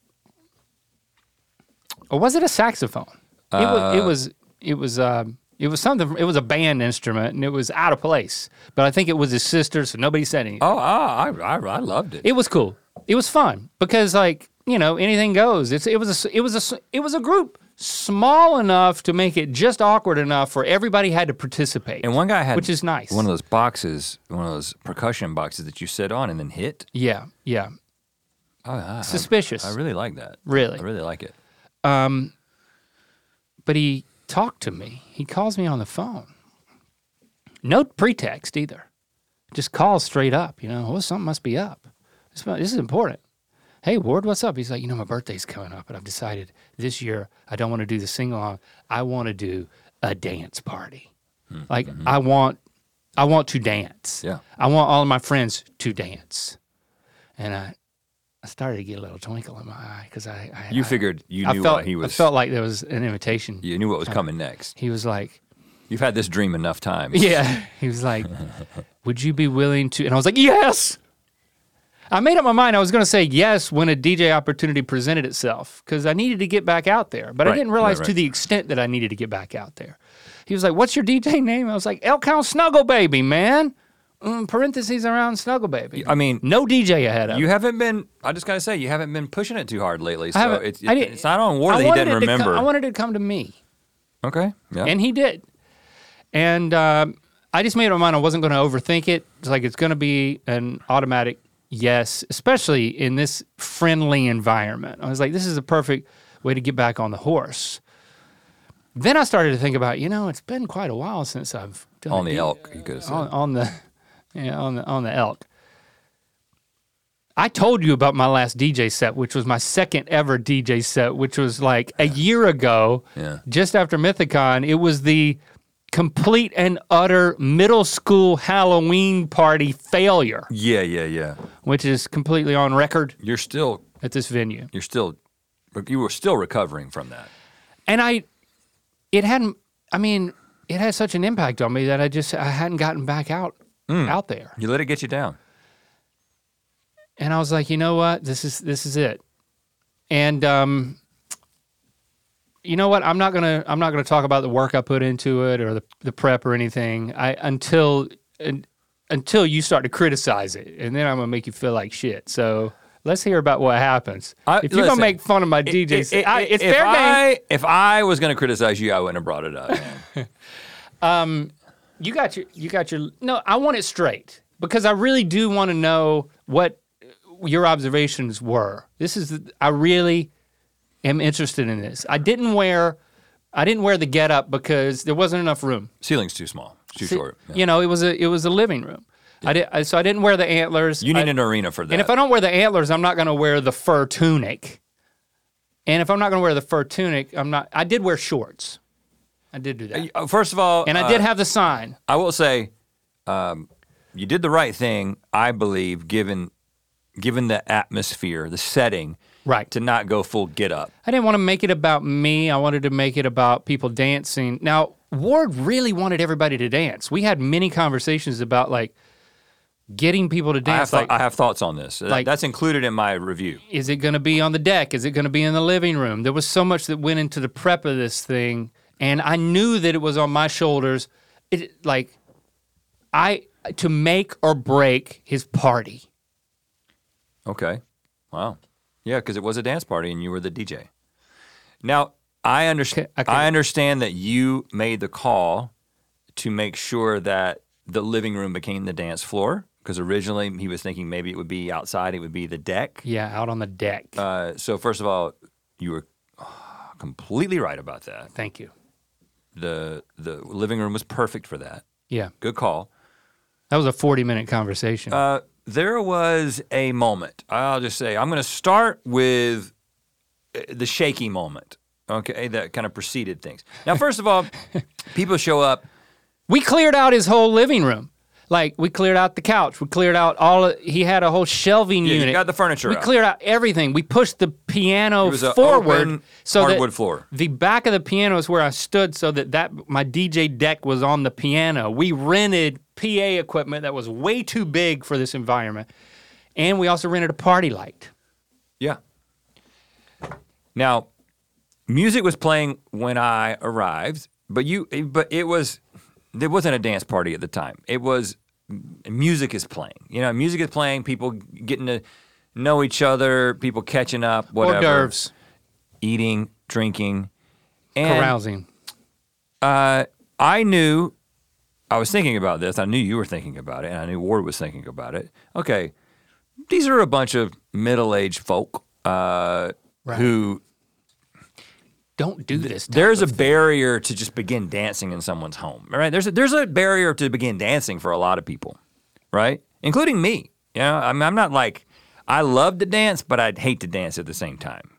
S4: Or was it a saxophone? it, was, it
S1: Uh.
S4: was. It was. um it was something. It was a band instrument, and it was out of place. But I think it was his sister, so nobody said anything.
S1: Oh, I, I, I loved it.
S4: It was cool. It was fun because, like, you know, anything goes. It's it was a s- it was a s- it was a group small enough to make it just awkward enough for everybody had to participate.
S1: And one guy had
S4: Which is nice.
S1: One of those boxes, one of those percussion boxes that you sit on and then hit.
S4: yeah, yeah,
S1: Oh, I,
S4: suspicious.
S1: I really like that.
S4: Really?
S1: I really like it.
S4: but he talked to me. He calls me on the phone. No pretext either. Just calls straight up. You know, well, something must be up. This, mu- this is important. Hey, Ward, what's up? He's like, you know, my birthday's coming up, and I've decided this year I don't want to do the sing along. I want to do a dance party. Like, I want, I want to dance.
S1: Hmm, Yeah.
S4: I want all of my friends to dance. And I, I started to get a little twinkle in my eye because I, I,
S1: You
S4: I,
S1: figured you
S4: I
S1: knew
S4: felt,
S1: what he was.
S4: I felt like there was an invitation
S1: you knew what was coming next.
S4: he was like,
S1: You've had this dream enough times.
S4: Yeah. He was like, Would you be willing to? And I was like, Yes. I made up my mind I was going to say yes when a DJ opportunity presented itself because I needed to get back out there. But I
S1: Right,
S4: didn't realize
S1: right, right.
S4: to the extent that I needed to get back out there. He was like, What's your DJ name? I was like, Elk Hound Snuggle Baby, man. Mm, parentheses around Snuggle Baby.
S1: I mean,
S4: no DJ ahead of
S1: you haven't been. I just gotta say, you haven't been pushing it too hard lately. So
S4: haven't-
S1: it's
S4: I didn't-
S1: it's not on
S4: I
S1: Ward that he
S4: wanted
S1: didn't
S4: it to come-
S1: remember.
S4: I wanted it to come to me.
S1: Okay. Yeah.
S4: and he did. And uh, I just made up my mind I wasn't going to overthink it. It's like it's going to be an automatic yes, especially in this friendly environment. I was like, this is the perfect way to get back on the horse. Then I started to think about, you know, it's been quite a while since I've done
S1: on
S4: a
S1: the elk, you could have said.
S4: on, on the yeah, on the on the elk. I told you about my last DJ set, which was my second ever DJ set, which was like a year ago,
S1: Yeah.
S4: just after Mythicon. It was the complete and utter middle school Halloween party failure,
S1: Yeah, yeah, yeah.
S4: which is completely on record
S1: You're still,
S4: at this venue.
S1: you're still, you were still recovering from that.
S4: and I, it hadn't. I mean, it had such an impact on me that I just I hadn't gotten back out out there,
S1: You let it get you down.
S4: and I was like, you know what, this is this is it, and um, you know what, I'm not gonna I'm not gonna talk about the work I put into it or the the prep or anything. I until un- until you start to criticize it, and then I'm gonna make you feel like shit. So. Let's hear about what happens.
S1: I-
S4: if you're gonna
S1: listen,
S4: make fun of my DJ,
S1: I- I-
S4: I, it's
S1: if
S4: fair game.
S1: I, If I was going to criticize you, I wouldn't have brought it up. man.
S4: You got your you got your no, I want it straight because I really do want to know what your observations were. This is I really am interested in this. I didn't wear I didn't wear the get up because there wasn't enough room.
S1: Ceiling's too small, It's too
S4: See,
S1: short. Yeah.
S4: You know, it was a it was a living room. I did I, so I didn't wear the antlers.
S1: You need
S4: I,
S1: an arena for that.
S4: and if I don't wear the antlers, I'm not going to wear the fur tunic. And if I'm not going to wear the fur tunic, I'm not I did wear shorts. I did do that.
S1: Uh, First of all,
S4: and I
S1: uh,
S4: did have the sign.
S1: I will say, um, you did the right thing, I believe, given given the atmosphere, the setting,
S4: Right.
S1: to not go full get up.
S4: I didn't want to make it about me. I wanted to make it about people dancing. Now, Ward really wanted everybody to dance. We had many conversations about like getting people to
S1: I have,
S4: dance.
S1: thought
S4: Like,
S1: I have thoughts on this. That-
S4: like-
S1: That's included in my review.
S4: is it going to be on the deck? Is it going to be in the living room? There was so much that went into the prep of this thing, and I knew that it was on my shoulders. It like I to make or break his party.
S1: Okay. Wow. Yeah, because it was a dance party and you were the DJ. Now, I understand.
S4: Okay, okay.
S1: I understand that you made the call to make sure that the living room became the dance floor because originally he was thinking maybe it would be outside, it would be the deck.
S4: Yeah, out on the deck.
S1: Uh, so first of all, you were ah, completely right about that.
S4: Thank you.
S1: The the living room was perfect for that.
S4: Yeah,
S1: Good call.
S4: that was a forty-minute conversation.
S1: Uh, there was a moment. I'll just say I'm going to start with uh, the shaky moment. Okay, that kind of preceded things. Now, first of all, people show up.
S4: We cleared out his whole living room. Like we cleared out the couch. We cleared out all. Of, he had a whole shelving
S1: Yeah, you
S4: unit.
S1: got the furniture
S4: We
S1: out.
S4: cleared out everything. We pushed the piano
S1: It was a
S4: forward
S1: open
S4: so
S1: hardwood
S4: that
S1: floor.
S4: the back of the piano is where I stood, so that that my DJ deck was on the piano. We rented PA equipment that was way too big for this environment, and we also rented a party light.
S1: Yeah. Now, music was playing when I arrived, but you but it was there wasn't a dance party at the time. It was m- music is playing. You know, music is playing, people getting to know each other, people catching up, whatever.
S4: Hors d'oeuvres,
S1: Eating, drinking, and
S4: carousing.
S1: uh, I knew I was thinking about this. I knew you were thinking about it, and I knew Ward was thinking about it. Okay, these are a bunch of middle-aged folk uh, who
S4: Don't do this.
S1: there's a barrier to just begin dancing in someone's home, right? There's a, there's a barrier to begin dancing for a lot of people, right? Including me. You know, I'm, I'm not like I love to dance, but I'd hate to dance at the same time,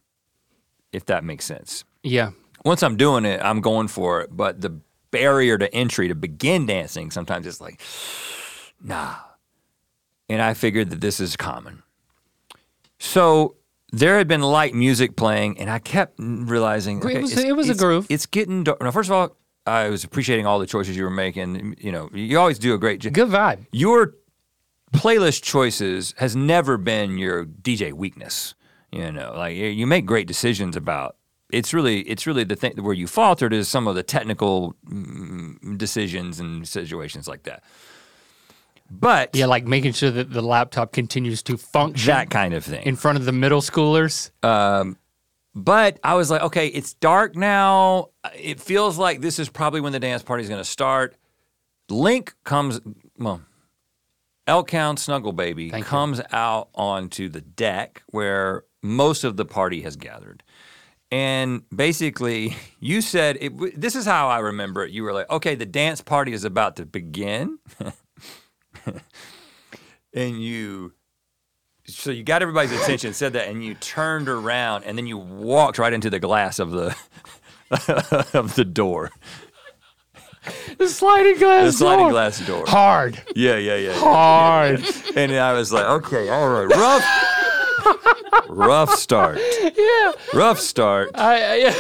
S1: if that makes sense
S4: yeah,
S1: once I'm doing it, I'm going for it. But the barrier to entry to begin dancing sometimes it's like, nah. And I figured that this is common. So there had been light music playing, and I kept realizing okay,
S4: was-
S1: it's-
S4: it was a
S1: it's-
S4: groove.
S1: It's getting dark. Now, first of all, I was appreciating all the choices you were making. You know, you always do a great job.
S4: good vibe.
S1: Your playlist choices has never been your DJ weakness. You know, like you- you make great decisions about. It's really, it's really the thing where you faltered is some of the technical mm, decisions and situations like that. But
S4: Yeah, like making sure that the laptop continues to function.
S1: that kind of thing.
S4: in front of the middle schoolers.
S1: But I was like, okay, it's dark now. It feels like this is probably when the dance party's going to start. Link comes, well, Elkhound Snuggle Baby
S4: Thank you.
S1: comes out onto the deck where most of the party has gathered. And basically, you said, it, w- this is how I remember it. You were like, okay, the dance party is about to begin. and you so you got everybody's attention, said that, and you turned around, and then you walked right into the glass of the of the door,
S4: The sliding glass
S1: the sliding
S4: door.
S1: glass door.
S4: Hard.
S1: Yeah, yeah, yeah.
S4: Hard.
S1: And I was like, okay, all right, rough, rough start,
S4: yeah.
S1: rough start.
S4: I, I, yeah.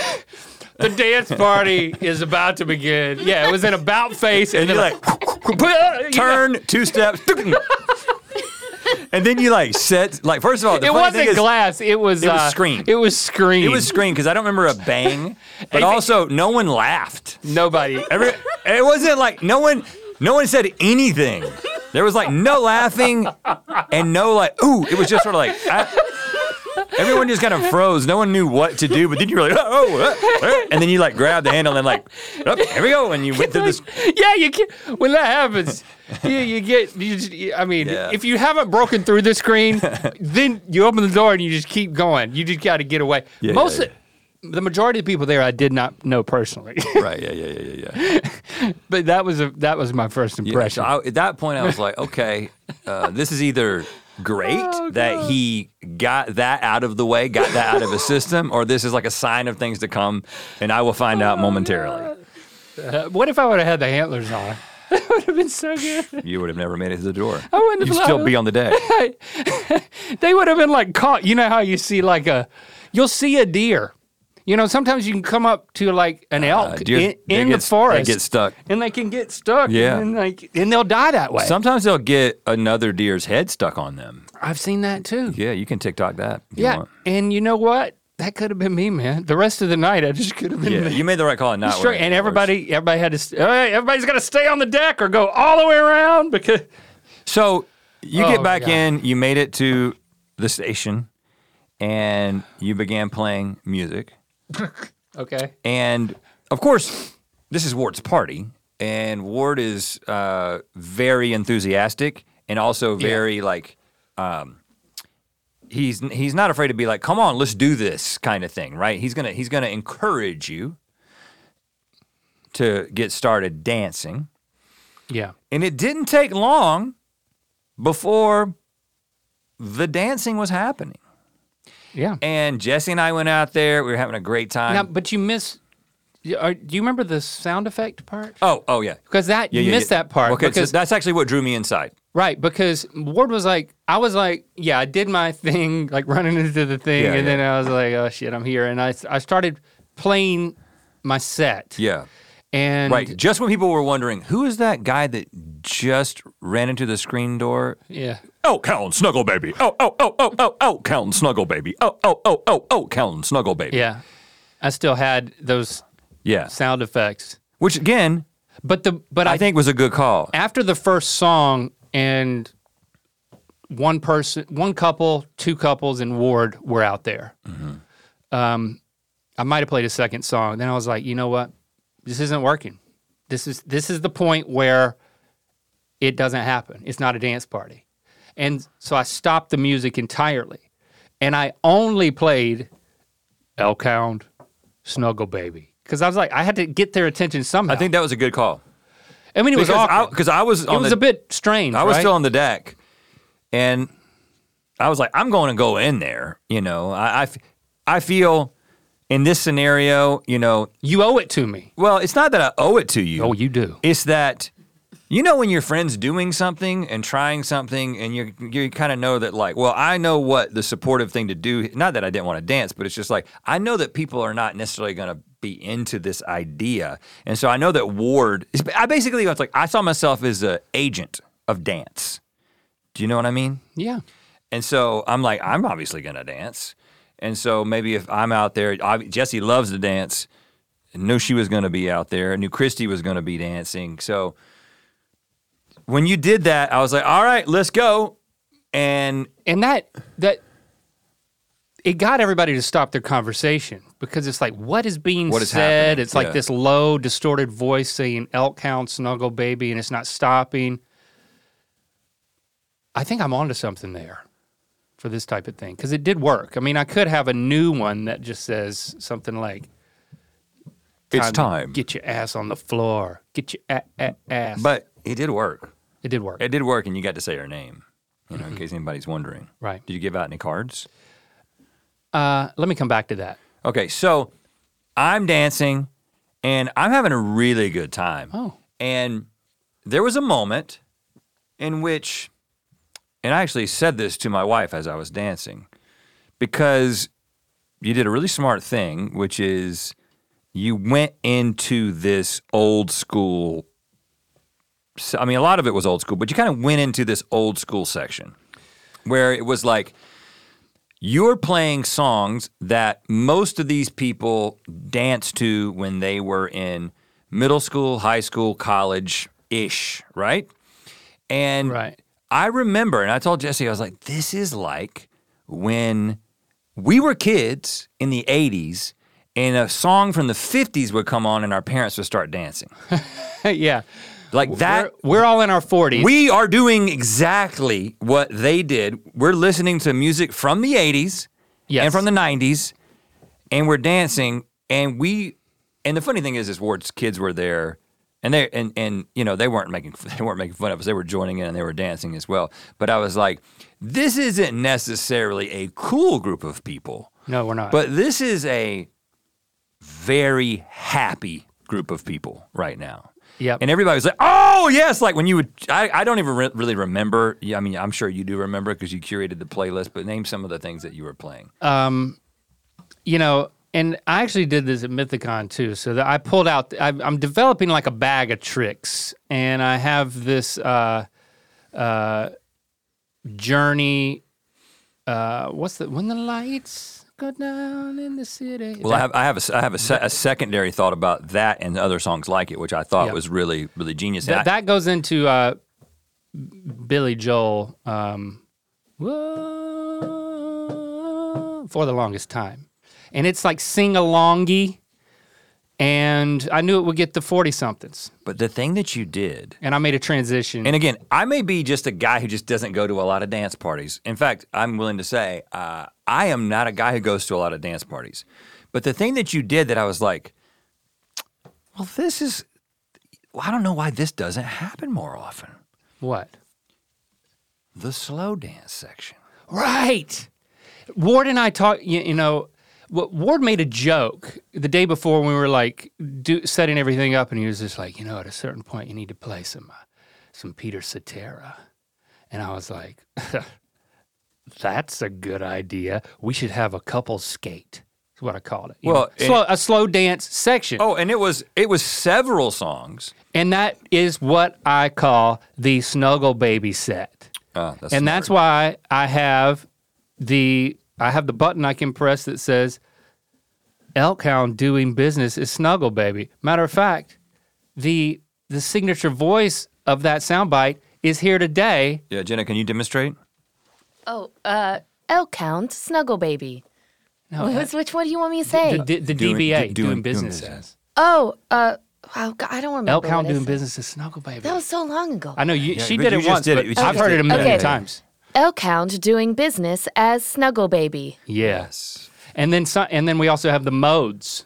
S4: The dance party is about to begin. Yeah, it was an about face,
S1: And
S4: and then
S1: you're
S4: like,
S1: like, turn two steps, and then you like set like first of all, the
S4: it
S1: funny thing
S4: wasn't
S1: is,
S4: glass. It was
S1: it was
S4: uh,
S1: screen.
S4: It was screen.
S1: It was screen because I don't remember a bang, but also no one laughed.
S4: nobody.
S1: Every, it wasn't like no one, no one said anything. There was like no laughing and no like. Ooh, it was just sort of like. I- everyone just kind of froze. No one knew what to do. But then you were like, oh, oh, oh," and then you like grabbed the handle and like, oh, here we go, and you went through this.
S4: yeah, you can, when that happens, you, you get. You, just- you- I mean,
S1: Yeah.
S4: if you haven't broken through the screen, then you open the door and you just keep going. You just got to get away.
S1: Yeah,
S4: Most,
S1: yeah,
S4: of- the majority of the people there, I did not know personally,
S1: Right? Yeah, yeah, yeah, yeah, yeah.
S4: but that was a that was my first
S1: yeah so
S4: impression.
S1: I, at that point, I was like, okay, uh, this is either great that he got that out of the way, got that out of his system, or this is like a sign of things to come, and I will find out momentarily.
S4: Uh, what if I would have had the antlers on? that would have been so good.
S1: You would have never made it to the door. I
S4: wouldn't have
S1: You'd still
S4: allowed
S1: be on the day.
S4: they would have been like caught. You know how you see like a, you'll see a deer. You know, sometimes you can come up to like an elk
S1: Uh, deer-
S4: in,
S1: they
S4: in
S1: get-
S4: the
S1: they
S4: forest.
S1: get stuck.
S4: and they can get stuck.
S1: Yeah.
S4: and, then, like and they'll die that way.
S1: Sometimes they'll get another deer's head stuck on them.
S4: I've seen that too.
S1: Yeah, you can TikTok that. if you
S4: Yeah,
S1: want.
S4: and you know what? That could have been me, man. The rest of the night, I just could have been
S1: Yeah,
S4: me.
S1: you made the right call. on Not
S4: Straight,
S1: wearing
S4: and
S1: antlers.
S4: everybody, everybody had to. St- all right, everybody's got to stay on the deck or go all the way around because
S1: So you
S4: Oh,
S1: get back
S4: yeah.
S1: in. You made it to the station, and you began playing music.
S4: okay,
S1: And of course, this is Ward's party, and Ward is uh, very enthusiastic and also very like um, he's he's not afraid to be like, "Come on, let's do this" kind of thing, right? He's gonna he's gonna encourage you to get started dancing,
S4: yeah.
S1: and it didn't take long before the dancing was happening.
S4: Yeah.
S1: And Jesse and I went out there. We were having a great time.
S4: now, but you miss. you- Are, do you remember the sound effect part?
S1: oh, oh yeah.
S4: Because that
S1: Yeah,
S4: you
S1: yeah,
S4: missed
S1: yeah.
S4: that part.
S1: Okay, so
S4: because
S1: that's actually what drew me inside.
S4: right, because Ward was like, I was like, yeah, I did my thing, like running into the thing,
S1: Yeah,
S4: and
S1: yeah.
S4: then I was like, oh shit, I'm here, and I I started playing my set.
S1: Yeah.
S4: And
S1: Right. Just when people were wondering, who is that guy that just ran into the screen door?
S4: Yeah.
S1: Oh, Callan Snuggle Baby. Oh, oh, oh, oh, oh, oh, Callan Snuggle Baby. Oh, oh, oh, oh, oh, Callan Snuggle Baby.
S4: Yeah. I still had those
S1: Yeah.
S4: sound effects.
S1: Which again,
S4: But the but I,
S1: I think was a good call.
S4: after the first song and one person, one couple, two couples, and Ward were out there.
S1: Mm-hmm.
S4: Um, I might have played a second song. Then I was like, you know what, this isn't working. This is this is the point where it doesn't happen. It's not a dance party, and so I stopped the music entirely, and I only played Elk Hound, Snuggle Baby, because I was like, I had to get their attention somehow.
S1: I think that was a good call.
S4: I mean it was
S1: Because I,
S4: awkward.
S1: because I was on
S4: it was
S1: the
S4: a bit strange.
S1: I was
S4: right?
S1: still on the deck, and I was like, I'm going to go in there. You know, I I f- I feel in this scenario, you know,
S4: You owe it to me.
S1: well, it's not that I owe it to you.
S4: Oh, you do.
S1: It's that you know when your friend's doing something and trying something, and you you kind of know that like, well, I know what the supportive thing to do. Not that I didn't want to dance, but it's just like I know that people are not necessarily going to be into this idea, and so I know that Ward. Is, I basically it's like I saw myself as an agent of dance. Do you know what I mean?
S4: Yeah.
S1: And so I'm like, I'm obviously gonna dance. And so maybe if I'm out there, I, Jesse loves to dance. Knew she was gonna be out there. Knew Christy was gonna be dancing. So when you did that, I was like, all right, let's go. And
S4: And that that it got everybody to stop their conversation because it's like, what is being
S1: What is
S4: said?
S1: happening?
S4: It's like
S1: Yeah.
S4: this low, distorted voice saying elk hound, snuggle baby, and it's not stopping. I think I'm onto something there for this type of thing because it did work. I mean, I could have a new one that just says something like,
S1: It's
S4: to
S1: time.
S4: Get your ass on the floor. Get your a- a- ass.
S1: But it did work.
S4: it did work.
S1: It did work, and you got to say her name, you know, in case anybody's wondering.
S4: right.
S1: Did you give out any cards?
S4: Uh, let me come back to that.
S1: Okay, so I'm dancing and I'm having a really good time.
S4: Oh.
S1: And there was a moment in which, and I actually said this to my wife as I was dancing, because you did a really smart thing, which is you went into this old school. s- I mean, a lot of it was old school, but you kind of went into this old school section where it was like, you're playing songs that most of these people danced to when they were in middle school, high school, college ish, right? And
S4: Right.
S1: I remember, and I told Jesse, I was like, this is like when we were kids in the 80s and a song from the 50s would come on and our parents would start dancing.
S4: yeah.
S1: Like that.
S4: we're, we're all in our 40s.
S1: We are doing exactly what they did. We're listening to music from the 80s
S4: Yes.
S1: and from the 90s, and we're dancing. And we, and the funny thing is, is Ward's kids were there, and they, and and you know, they weren't making they weren't making fun of us. They were joining in and they were dancing as well. But I was like, this isn't necessarily a cool group of people,
S4: no, we're not.
S1: but this is a very happy group of people right now.
S4: Yep.
S1: And everybody was like, "Oh yes!" Like when you would, I, I don't even re- really remember. Yeah, I mean, I'm sure you do remember because you curated the playlist. But name some of the things that you were playing.
S4: you know, and I actually did this at Mythicon too. So that I pulled out, I, I'm developing like a bag of tricks, and I have this uh, uh, journey. Uh, what's the when the lights go down in the city?
S1: well, I have, I have, a, s- I have a, se- a secondary thought about that and other songs like it, which I thought
S4: Yeah.
S1: was really, really genius. And I-
S4: that, that goes into uh, Billy Joel um, whoa, for the longest time, and it's like sing alongy, and I knew it would get the forty somethings,
S1: but the thing that you did,
S4: and I made a transition.
S1: and again, I may be just a guy who just doesn't go to a lot of dance parties. In fact, I'm willing to say uh, I am not a guy who goes to a lot of dance parties. But the thing that you did that I was like, well, this is, I don't know why this doesn't happen more often.
S4: what?
S1: the slow dance section.
S4: Right. Ward and I talked. You, you know, Wa- Ward made a joke the day before when we were like do, setting everything up, and he was just like, you know, at a certain point, you need to play some uh, some Peter Cetera, and I was like, that's a good idea. We should have a couple skate. Is what I called it. you
S1: Well,
S4: know, slow, a slow dance section,
S1: Oh, and it was it was several songs.
S4: and that is what I call the Snuggle Baby set.
S1: Uh, that's
S4: and that's why I have the I have the button I can press that says elk hound doing business is snuggle baby. Matter of fact, the the signature voice of that soundbite is here today.
S1: yeah, Jenna. Can you demonstrate?
S2: Oh, uh, elk count, snuggle baby.
S4: No,
S2: Wh- which one do you want me to say?
S4: The, the, the
S1: Doing-
S4: DBA
S1: do-
S4: doing,
S1: doing- doing
S4: business,
S1: business.
S4: is
S2: oh, uh, wow, God, I don't remember.
S4: elk
S2: what
S4: hound
S2: I
S4: doing
S2: said.
S4: business is snuggle baby.
S2: That was so long ago.
S4: I know you,
S1: Yeah,
S4: she
S1: but
S4: did
S1: you
S4: it
S1: just
S4: once.
S1: did it.
S4: but
S1: You just
S4: I've
S1: did
S4: heard
S1: it.
S4: it a million
S2: Okay.
S4: times.
S2: elk hound doing business as snuggle baby.
S4: Yeah,
S1: Yes.
S4: and then so, and then we also have the modes.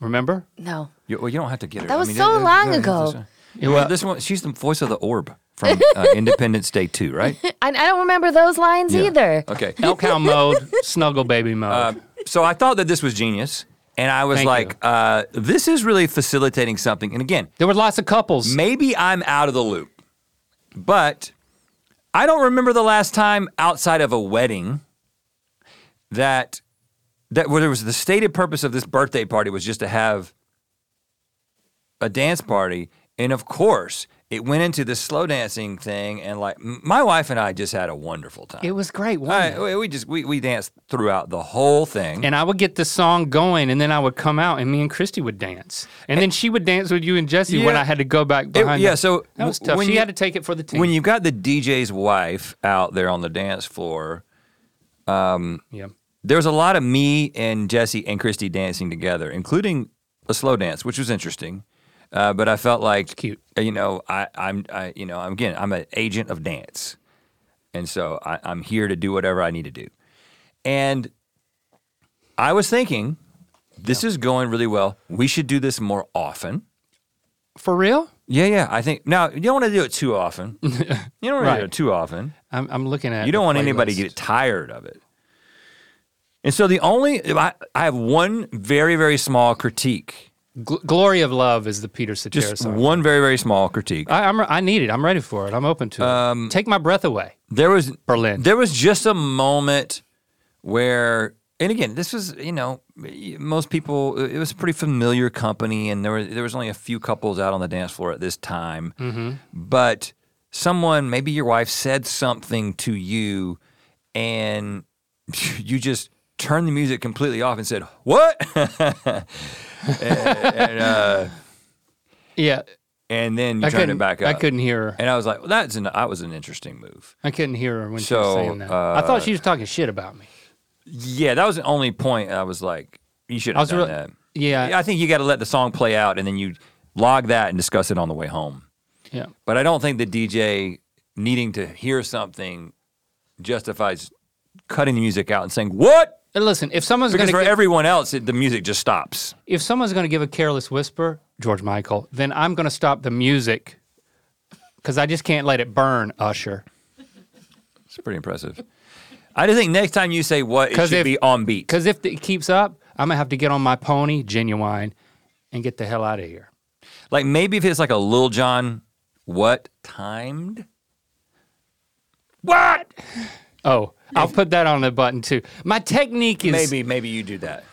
S4: Remember?
S2: No.
S1: You, well, you don't have to get it.
S2: That was so long ago.
S1: Well, this one, she's the voice of the orb from uh, Independence Day Two, right?
S2: I, I don't remember those lines
S1: Yeah.
S2: either.
S4: Uh,
S1: Okay.
S4: Elk hound mode, snuggle baby mode.
S1: Uh, so I thought that this was genius, and I was
S4: Thank
S1: like, uh, this is really facilitating something. And again,
S4: There were lots of couples.
S1: maybe I'm out of the loop, but I don't remember the last time outside of a wedding that that where there was the stated purpose of this birthday party was just to have a dance party, and of course it went into the slow dancing thing, and like m- my wife and I just had a wonderful time.
S4: It was great.
S1: All
S4: Wasn't
S1: right,
S4: it?
S1: we- we just we, we danced throughout the whole thing.
S4: And I would get the song going, and then I would come out, and me and Christy would dance, and then she would dance with you and Jesse when
S1: Yeah.
S4: I had to go back
S1: It-
S4: behind.
S1: yeah,
S4: her.
S1: so
S4: that was
S1: w-
S4: tough.
S1: when
S4: she
S1: you-
S4: had to take it for the team.
S1: When you've got the DJ's wife out there on the dance floor,
S4: Yeah.
S1: There's a lot of me and Jesse and Christy dancing together, including a slow dance, which was interesting. Uh, but I felt like uh,
S4: cute.
S1: You know, I, I'm, I, you know, I'm again, I'm an agent of dance, and so I, I'm here to do whatever I need to do. And I was thinking, this is going really well. We should do this more often.
S4: For real?
S1: Yeah, yeah. I think now you don't want to do it too often. you don't want to do
S4: Right.
S1: it too often.
S4: I'm, I'm looking at
S1: You don't
S4: the
S1: want anybody to
S4: playlist.
S1: get tired of it. And so the only I, I have one very very small critique,
S4: Gl- Glory of Love is the Peter Cetera
S1: just
S4: song.
S1: one very very small critique.
S4: I, I'm re- I need it. I'm ready for it. I'm open to it.
S1: Um,
S4: Take my breath away.
S1: There was
S4: Berlin.
S1: There was just a moment where, and again, this was you know most people. It was a pretty familiar company, and there were there was only a few couples out on the dance floor at this time.
S4: Mm-hmm.
S1: But someone, maybe your wife, said something to you, and you just turned the music completely off and said, "What?"
S4: Yeah.
S1: and then you
S4: I
S1: turned
S4: couldn't,
S1: it back up.
S4: I couldn't hear her.
S1: And I was like, well, "That's an that was an interesting move."
S4: I couldn't hear her when she
S1: So, uh,
S4: was saying that. I thought she was talking shit about me.
S1: Yeah, that was the only point I was like, "You should
S4: I
S1: have
S4: was
S1: done
S4: real-
S1: that."
S4: yeah,
S1: I think you got to let the song play out and then you log that and discuss it on the way home.
S4: yeah.
S1: But I don't think the DJ needing to hear something justifies cutting the music out and saying, What?
S4: And listen, if someone's going
S1: Because
S4: to
S1: for everyone else, it, the music just stops.
S4: if someone's going to give a careless whisper, George Michael, then I'm going to stop the music because I just can't let it burn, Usher.
S1: It's pretty impressive. I just think next time you say what, it
S4: 'Cause
S1: should
S4: if-
S1: be on beat.
S4: Because if it keeps up, I'm going to have to get on my pony, genuine, and get the hell out of here.
S1: Like maybe if it's like a Lil John, what timed? What?
S4: Oh, I'll put that on the button too. My technique is
S1: Maybe, maybe you do that.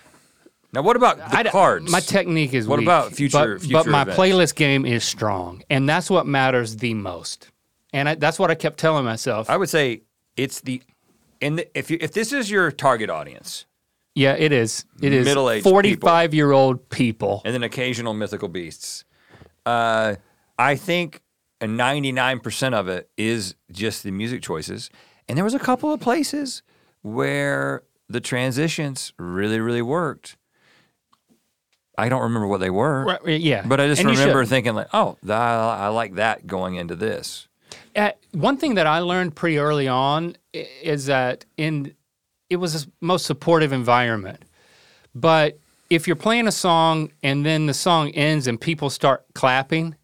S1: Now, what about the
S4: I d-
S1: cards?
S4: My technique is
S1: What
S4: weak,
S1: about future-
S4: But, but
S1: future
S4: my
S1: events?
S4: playlist game is strong, and that's what matters the most. And I, that's what I kept telling myself.
S1: I would say it's the and the, if you, if this is your target audience
S4: yeah, it is. It is
S1: Middle-aged people.
S4: forty-five year old people.
S1: and then occasional mythical beasts, uh, I think ninety nine percent of it is just the music choices. And there was a couple of places where the transitions really really worked. I don't remember what they were,
S4: Right, yeah,
S1: but I just
S4: And you
S1: remember
S4: should.
S1: thinking like, oh, th- I I like that going into this.
S4: Uh, one thing that I learned pretty early on i- is that in it was the most supportive environment. But if you're playing a song and then the song ends and people start clapping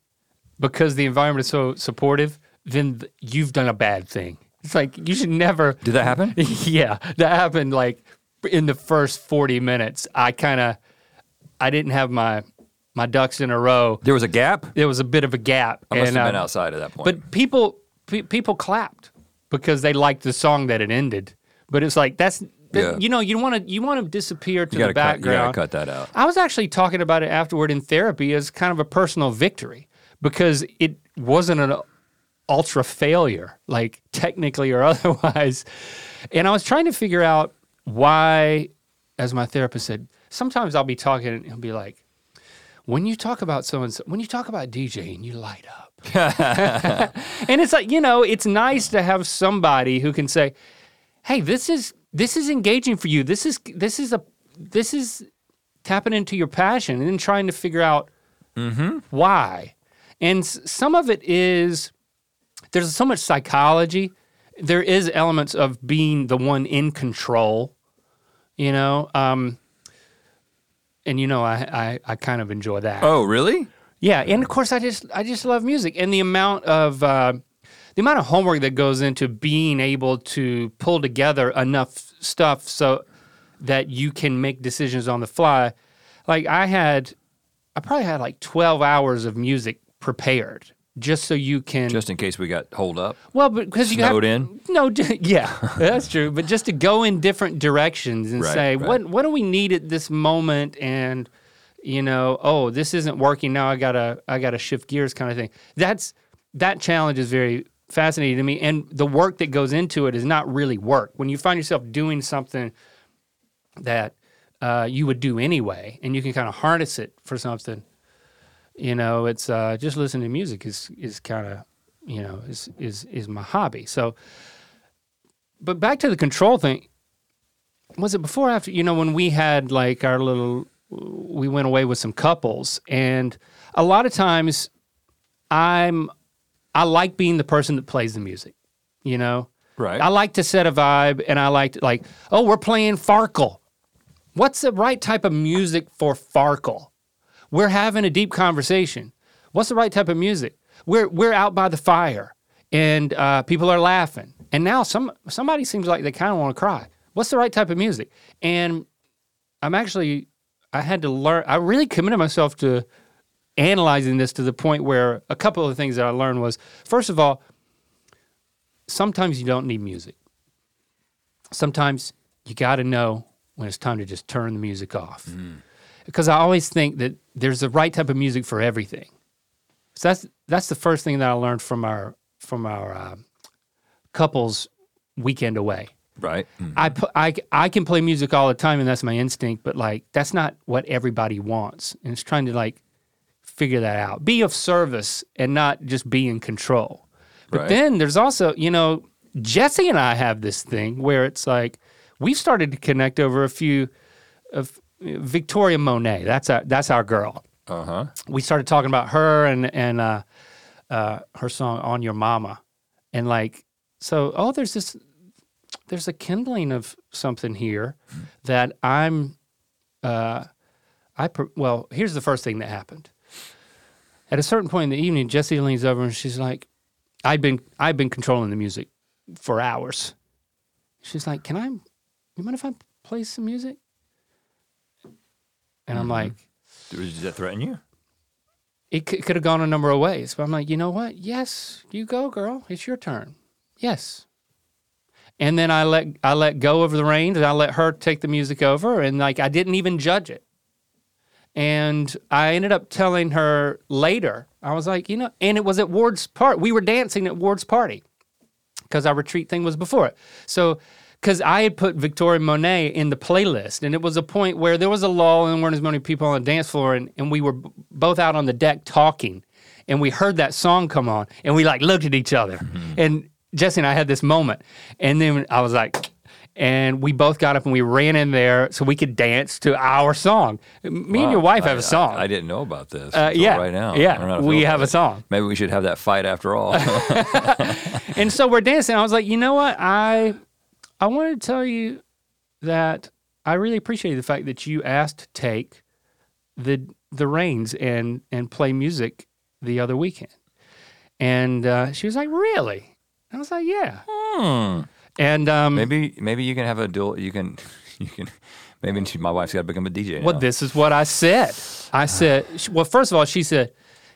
S4: because the environment is so supportive, then th- you've done a bad thing. It's like you should never.
S1: Did that happen?
S4: yeah, that happened like in the first 40 minutes. I kind of I didn't have my my ducks in a row.
S1: There was a gap.
S4: There was a bit of a gap.
S1: I must
S4: and,
S1: have been
S4: um,
S1: outside at that point.
S4: but people pe- people clapped because they liked the song that it ended. But it's like that's
S1: Yeah.
S4: you know you want to you want to disappear to
S1: you gotta
S4: the
S1: cut, you gotta
S4: background.
S1: cut that out.
S4: I was actually talking about it afterward in therapy as kind of a personal victory because it wasn't an ultra failure, like technically or otherwise. And I was trying to figure out why, as my therapist said, sometimes I'll be talking and he'll be like, when you talk about someone, when you talk about DJing, you light up. and it's like, you know, it's nice to have somebody who can say, hey this is this is engaging for you this is this is a this is tapping into your passion and then trying to figure out why and s- some of it is there's so much psychology there is elements of being the one in control you know um and you know i i, I kind of enjoy that
S1: Oh, really?
S4: yeah, and of course I just I just love music and the amount of uh, the amount of homework that goes into being able to pull together enough stuff so that you can make decisions on the fly. Like I had, I probably had like twelve hours of music prepared just so you can
S1: Just in case we got holed up.
S4: well because you have
S1: snowed in?
S4: no d- yeah that's true but just to go in different directions and
S1: Right,
S4: say
S1: right.
S4: what what do we need at this moment and you know oh this isn't working now I gotta I gotta shift gears kind of thing that's that challenge is very fascinating to me and the work that goes into it is not really work when you find yourself doing something that uh, you would do anyway and you can kind of harness it for something you know it's uh, just listening to music is is kind of you know is is is my hobby so but back to the control thing was it before or after you know when we had like our little we went away with some couples and a lot of times i'm i like being the person that plays the music you know
S1: Right.
S4: i like to set a vibe and i like to, like oh we're playing farkle what's the right type of music for farkle we're having a deep conversation what's the right type of music we're we're out by the fire and uh, people are laughing and now some somebody seems like they kind of want to cry what's the right type of music and i'm actually i had to learn i really committed myself to analyzing this to the point where a couple of the things that i learned was first of all sometimes you don't need music sometimes you got to know when it's time to just turn the music off because I always think that there's the right type of music for everything. So that's that's the first thing that I learned from our from our um couples weekend away.
S1: Right. Mm.
S4: I, pu- I I can play music all the time and that's my instinct, but like that's not what everybody wants, and it's trying to like figure that out. Be of service and not just be in control. But
S1: Right.
S4: then there's also you know Jesse and I have this thing where it's like we've started to connect over a few of uh, Victoria Monet. That's our that's our girl
S1: Uh huh.
S4: we started talking about her and and uh, uh, her song "On Your Mama," and like so. Oh, there's this. There's a kindling of something here that I'm. Uh, I pr- well, here's the first thing that happened. At a certain point in the evening, Jesse leans over and she's like, "I'd been I've been controlling the music for hours." She's like, "Can I? You mind if I play some music?" And I'm like,
S1: Does that threaten you?
S4: it c- could have gone a number of ways. But I'm like, you know what? Yes, you go, girl. It's your turn. Yes. And then I let I let go of the reins and I let her take the music over and like I didn't even judge it. And I ended up telling her later. I was like, you know, and it was at Ward's part. We were dancing at Ward's party because our retreat thing was before it. So, because I had put Victoria Monet in the playlist, and it was a point where there was a lull and weren't as many people on the dance floor, and, and we were b- both out on the deck talking, and we heard that song come on, and we like looked at each other,
S1: Mm-hmm.
S4: and Jesse and I had this moment, and then I was like. And we both got up and we ran in there so we could dance to our song. Me and your
S1: Wow.
S4: wife
S1: I-
S4: have
S1: I-
S4: a song.
S1: I, didn't know about this.
S4: Uh,
S1: until
S4: yeah,
S1: Right now.
S4: yeah,
S1: I don't know how to
S4: we
S1: feel
S4: have
S1: about
S4: a song.
S1: it. Maybe we should have that fight after all.
S4: and so we're dancing. I was like, you know what? I I wanted to tell you that I really appreciate the fact that you asked to take the the reins and and play music the other weekend. And uh, she was like, really? I was like, yeah. And um,
S1: Hmm. maybe maybe you can have a dual. You can you can maybe she- my wife's got to become a DJ.
S4: Well,
S1: now.
S4: this is what I said.
S1: Ah.
S4: I said, sh- well, first of all, she said,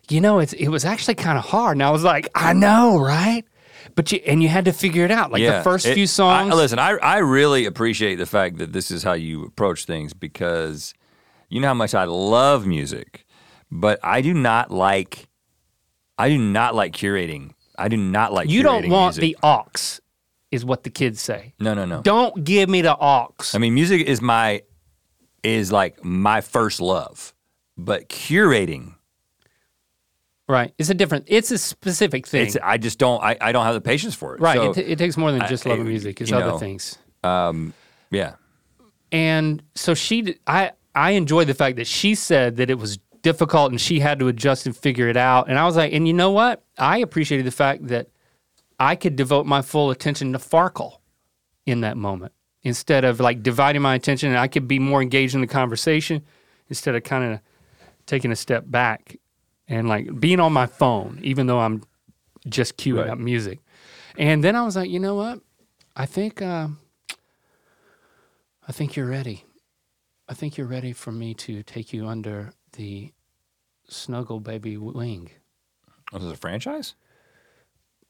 S4: you know, it's, it was actually kind of hard. And I was like, I know, right? But you, and you had to figure it out. Like the first
S1: it-
S4: few songs.
S1: I, listen, I I really appreciate the fact that this is how you approach things because you know how much I love music, but I do not like I do not like curating. I do not like
S4: you don't
S1: curating
S4: want
S1: music.
S4: the aux, is what the kids say.
S1: no no no.
S4: Don't give me the aux.
S1: I mean, music is my is like my first love, but curating
S4: Right. It's a different, it's a specific thing.
S1: it's I just don't I, I don't have the patience for it.
S4: right.
S1: So,
S4: it, t- it takes more than
S1: I-
S4: just love of
S1: it-
S4: music, it's
S1: you
S4: other
S1: know.
S4: things.
S1: yeah.
S4: and so she d- i i enjoy the fact that she said that it was difficult and she had to adjust and figure it out and i was like and you know what i appreciated the fact that i could devote my full attention to farkle in that moment instead of like dividing my attention and i could be more engaged in the conversation instead of kind of taking a step back and like being on my phone even though i'm just queuing
S1: Right.
S4: up music and then i was like you know what i think um, I think you're ready. I think you're ready for me to take you under the snuggle baby wing.
S1: Was it Oh, a franchise?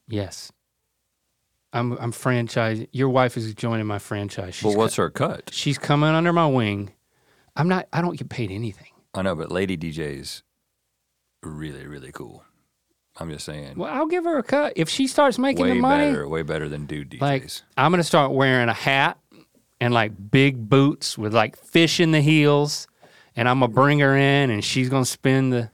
S4: Yes. I'm I'm franchise. Your wife is joining my franchise. She's,
S1: Well, what's her cut?
S4: she's coming under my wing. I'm not I don't get paid anything.
S1: I know, but Lady DJ's really, really cool. I'm just saying.
S4: Well, I'll give her a cut if she starts making
S1: way
S4: the money.
S1: better, way better than dude DJs.
S4: Like I'm gonna start wearing a hat and like big boots with like fish in the heels, and I'm gonna bring her in, and she's gonna spin the.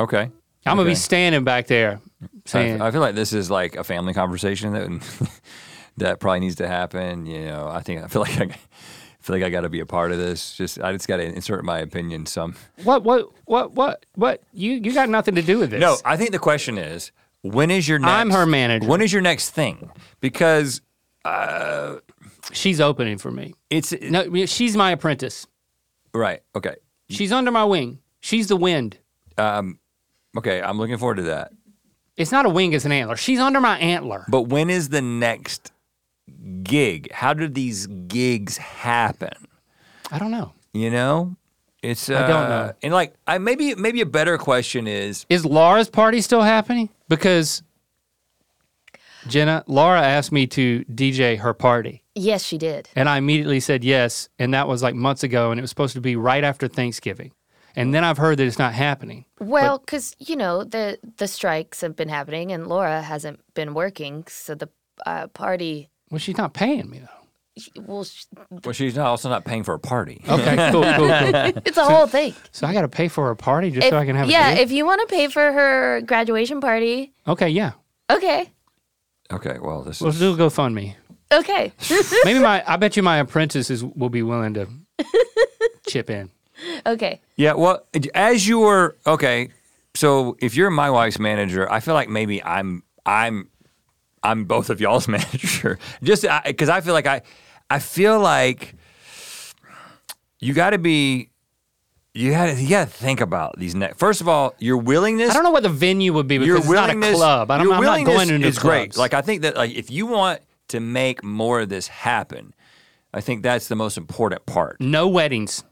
S1: okay.
S4: I'm gonna be
S1: Okay.
S4: standing back there
S1: I-
S4: saying,
S1: I, feel like this is like a family conversation that that probably needs to happen. You know, I think I feel like I, I feel like I got to be a part of this. Just I just got to insert my opinion some.
S4: What? What? What? What? What? You you got nothing to do with this.
S1: No, I think the question is when is your next?
S4: I'm her manager.
S1: When is your next thing? Because
S4: she's opening for me.
S1: it's
S4: No, she's my apprentice.
S1: right. Okay,
S4: She's under my wing. She's the wind.
S1: okay. I'm looking forward to that.
S4: It's not a wing; it's an antler. She's under my antler.
S1: But when is the next gig? How do these gigs happen?
S4: I don't know.
S1: You know, it's uh,
S4: don't know.
S1: And like, I maybe maybe a better question is
S4: Is Laura's party still happening? Because Jenna, Laura asked me to DJ her party,
S2: Yes, she did.
S4: and I immediately said yes, and that was like months ago, and it was supposed to be right after Thanksgiving. And then I've heard that it's not happening.
S2: Well, because you know the the strikes have been happening, and Laura hasn't been working, so the uh, party.
S4: Well, she's not paying me though.
S2: Well, sh-
S1: well, she's not also not paying for a party.
S4: Okay, cool, cool, cool.
S2: it's a whole thing.
S4: So I got to pay for her party just so I can have
S2: yeah,
S4: a gig?
S2: if you want to pay for her graduation party,
S4: okay, yeah.
S2: okay,
S1: Okay, well, this
S4: We'll
S1: is
S4: do a GoFundMe.
S2: okay.
S4: Maybe my I bet you my apprentices will be willing to chip in.
S2: Okay.
S1: yeah. Well, as you were okay, so if you're my wife's manager, I feel like maybe I'm I'm I'm both of y'all's manager. Just because I feel like I I feel like you got to be you got to you got to think about these next. First of all, your willingness
S4: I don't know what the venue would be because
S1: your
S4: it's not a
S1: willingness,
S4: club. I don't,
S1: your
S4: I'm not going
S1: willingness
S4: into
S1: is
S4: clubs.
S1: great. Like I think that like if you want to make more of this happen, I think that's the most important part.
S4: no weddings,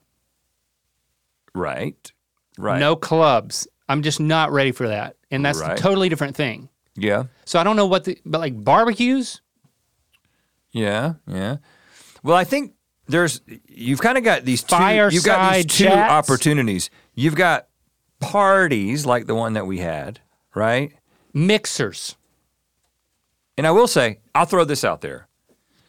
S1: Right. Right.
S4: no clubs. I'm just not ready for that, and that's
S1: Right.
S4: a totally different thing.
S1: Yeah.
S4: So I don't know what the but like barbecues.
S1: Yeah. Yeah. Well, I think there's you've kind of got these two you've got these
S4: Fireside
S1: two
S4: chats.
S1: opportunities. You've got parties like the one that we had, right?
S4: Mixers,
S1: And I will say, I'll throw this out there.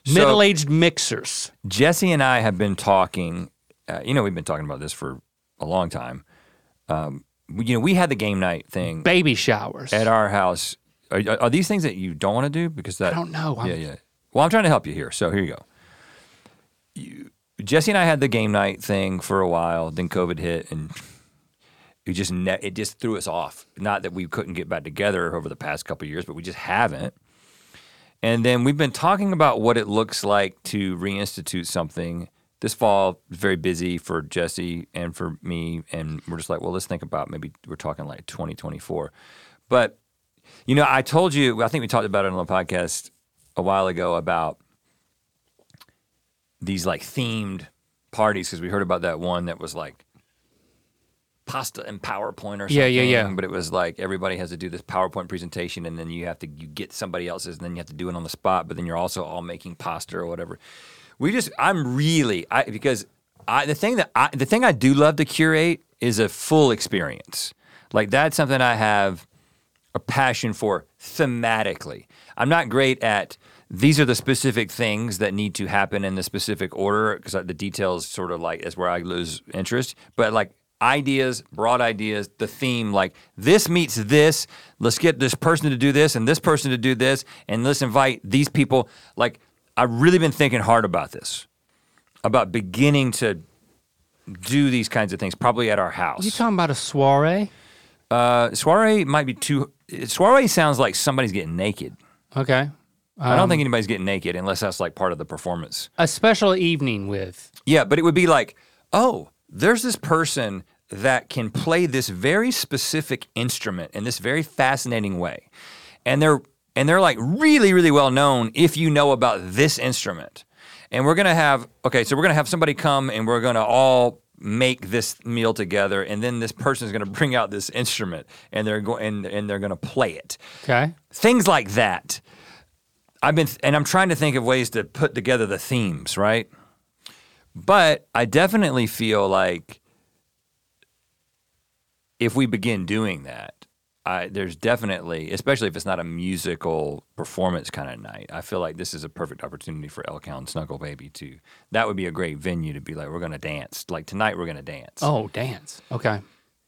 S1: So-
S4: middle-aged mixers.
S1: Jesse and I have been talking. Uh, you know, we've been talking about this for a long time. Um, we- you know, we had the game night thing
S4: baby showers.
S1: at our house. Are, are these things that you don't want to do? Because that
S4: I don't know. I'm-
S1: yeah, yeah. Well, I'm trying to help you here. So here you go. You, Jesse and I had the game night thing for a while. Then COVID hit, and it just ne- it just threw us off. Not that we couldn't get back together over the past couple of years, but we just haven't. And then we've been talking about what it looks like to reinstitute something. This fall, very busy for Jesse and for me, and we're just like, well, let's think about maybe we're talking like 2024. But you know, I told you, I think we talked about it on the podcast a while ago about these like themed parties because we heard about that one that was like pasta and PowerPoint or something.
S4: Yeah, yeah, yeah.
S1: But it was like everybody has to do this PowerPoint presentation and then you have to you get somebody else's and then you have to do it on the spot, but then you're also all making pasta or whatever. We just I'm really I because I the thing that I the thing I do love to curate is a full experience. Like that's something I have a passion for thematically. I'm not great at these are the specific things that need to happen in the specific order because the details sort of like is where I lose interest. But like ideas, broad ideas, the theme like this meets this. Let's get this person to do this and this person to do this and let's invite these people. Like I've really been thinking hard about this, about beginning to do these kinds of things probably at our house.
S4: You talking about a soiree?
S1: Uh, soiree might be too. Soiree sounds like somebody's getting naked.
S4: Okay,
S1: I don't think anybody's getting naked unless that's like part of the performance.
S4: a special evening with
S1: Yeah, but it would be like, oh, there's this person that can play this very specific instrument in this very fascinating way, and they're and they're like really really well known if you know about this instrument. And we're gonna have okay, so we're gonna have somebody come and we're gonna all make this meal together, and then this person's gonna bring out this instrument and they're going and, and they're gonna play it
S4: okay.
S1: things like that. I've been and I'm trying to think of ways to put together the themes, right? But I definitely feel like if we begin doing that, I, there's definitely, especially if it's not a musical performance kind of night, I feel like this is a perfect opportunity for Elkow and Snuggle Baby to. That would be a great venue to be like, we're going to dance. Like tonight, we're going to dance.
S4: Oh, dance. Okay.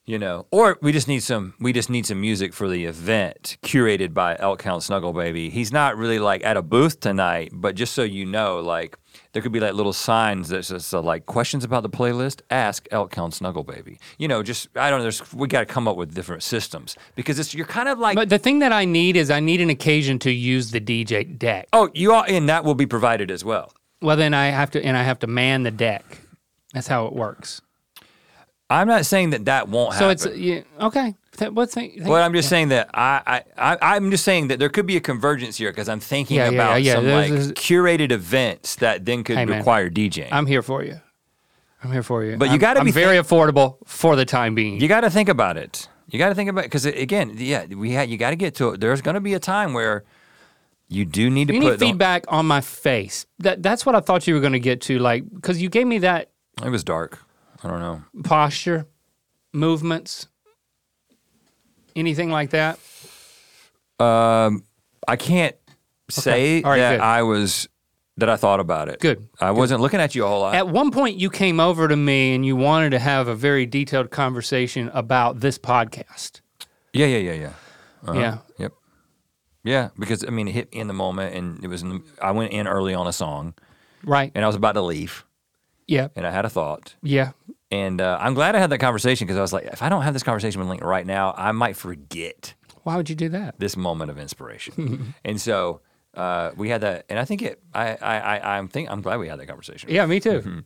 S1: you know, or we just need some we just need some music for the event curated by Elk Hound Snuggle Baby. He's not really like at a booth tonight, but just so you know, like there could be like little signs that says uh, like questions about the playlist, ask Elk Hound Snuggle Baby. You know, just I don't know. There's we got to come up with different systems because it's you're kind of like.
S4: But the thing that I need is I need an occasion to use the DJ deck.
S1: Oh, you are, and that will be provided as well.
S4: Well, then I have to, and I have to man the deck. That's how it works.
S1: I'm not saying that that won't
S4: So
S1: happen.
S4: it's yeah, okay. Th- what's the- think-
S1: Well, I'm just saying that I, I, I I'm just saying that there could be a convergence here because I'm thinking
S4: Yeah, yeah,
S1: about
S4: yeah, yeah.
S1: some
S4: There's-
S1: like
S4: there's-
S1: curated events that then could
S4: Hey, man.
S1: require DJing.
S4: I'm here for you. I'm here for you.
S1: But you
S4: I'm-
S1: gotta
S4: I'm
S1: be
S4: very affordable for the time being.
S1: you got to think about it. You got to think about because again, yeah, we had you got to get to it. There's going to be a time where you do need to
S4: You
S1: put
S4: need
S1: it on-
S4: feedback on my face. That that's what I thought you were going to get to, like because you gave me that
S1: It was dark. I don't know.
S4: posture, movements, anything like that.
S1: I can't say
S4: All right,
S1: that
S4: good.
S1: I was that I thought about it.
S4: Good.
S1: I wasn't looking at you a whole lot.
S4: At one point, you came over to me and you wanted to have a very detailed conversation about this podcast.
S1: yeah, yeah, yeah, yeah.
S4: Yeah,
S1: Yep. Yeah, because I mean, it hit me in the moment, and it was. In the, I went in early on a song,
S4: right.
S1: and I was about to leave,
S4: Yeah,
S1: and I had a thought,
S4: yeah.
S1: and uh, I'm glad I had that conversation because I was like, if I don't have this conversation with Lincoln right now, I might forget
S4: Why would you do that?
S1: this moment of inspiration. and so uh, we had that, and I think it. I, I, I, I'm think I'm glad we had that conversation.
S4: Yeah, me too.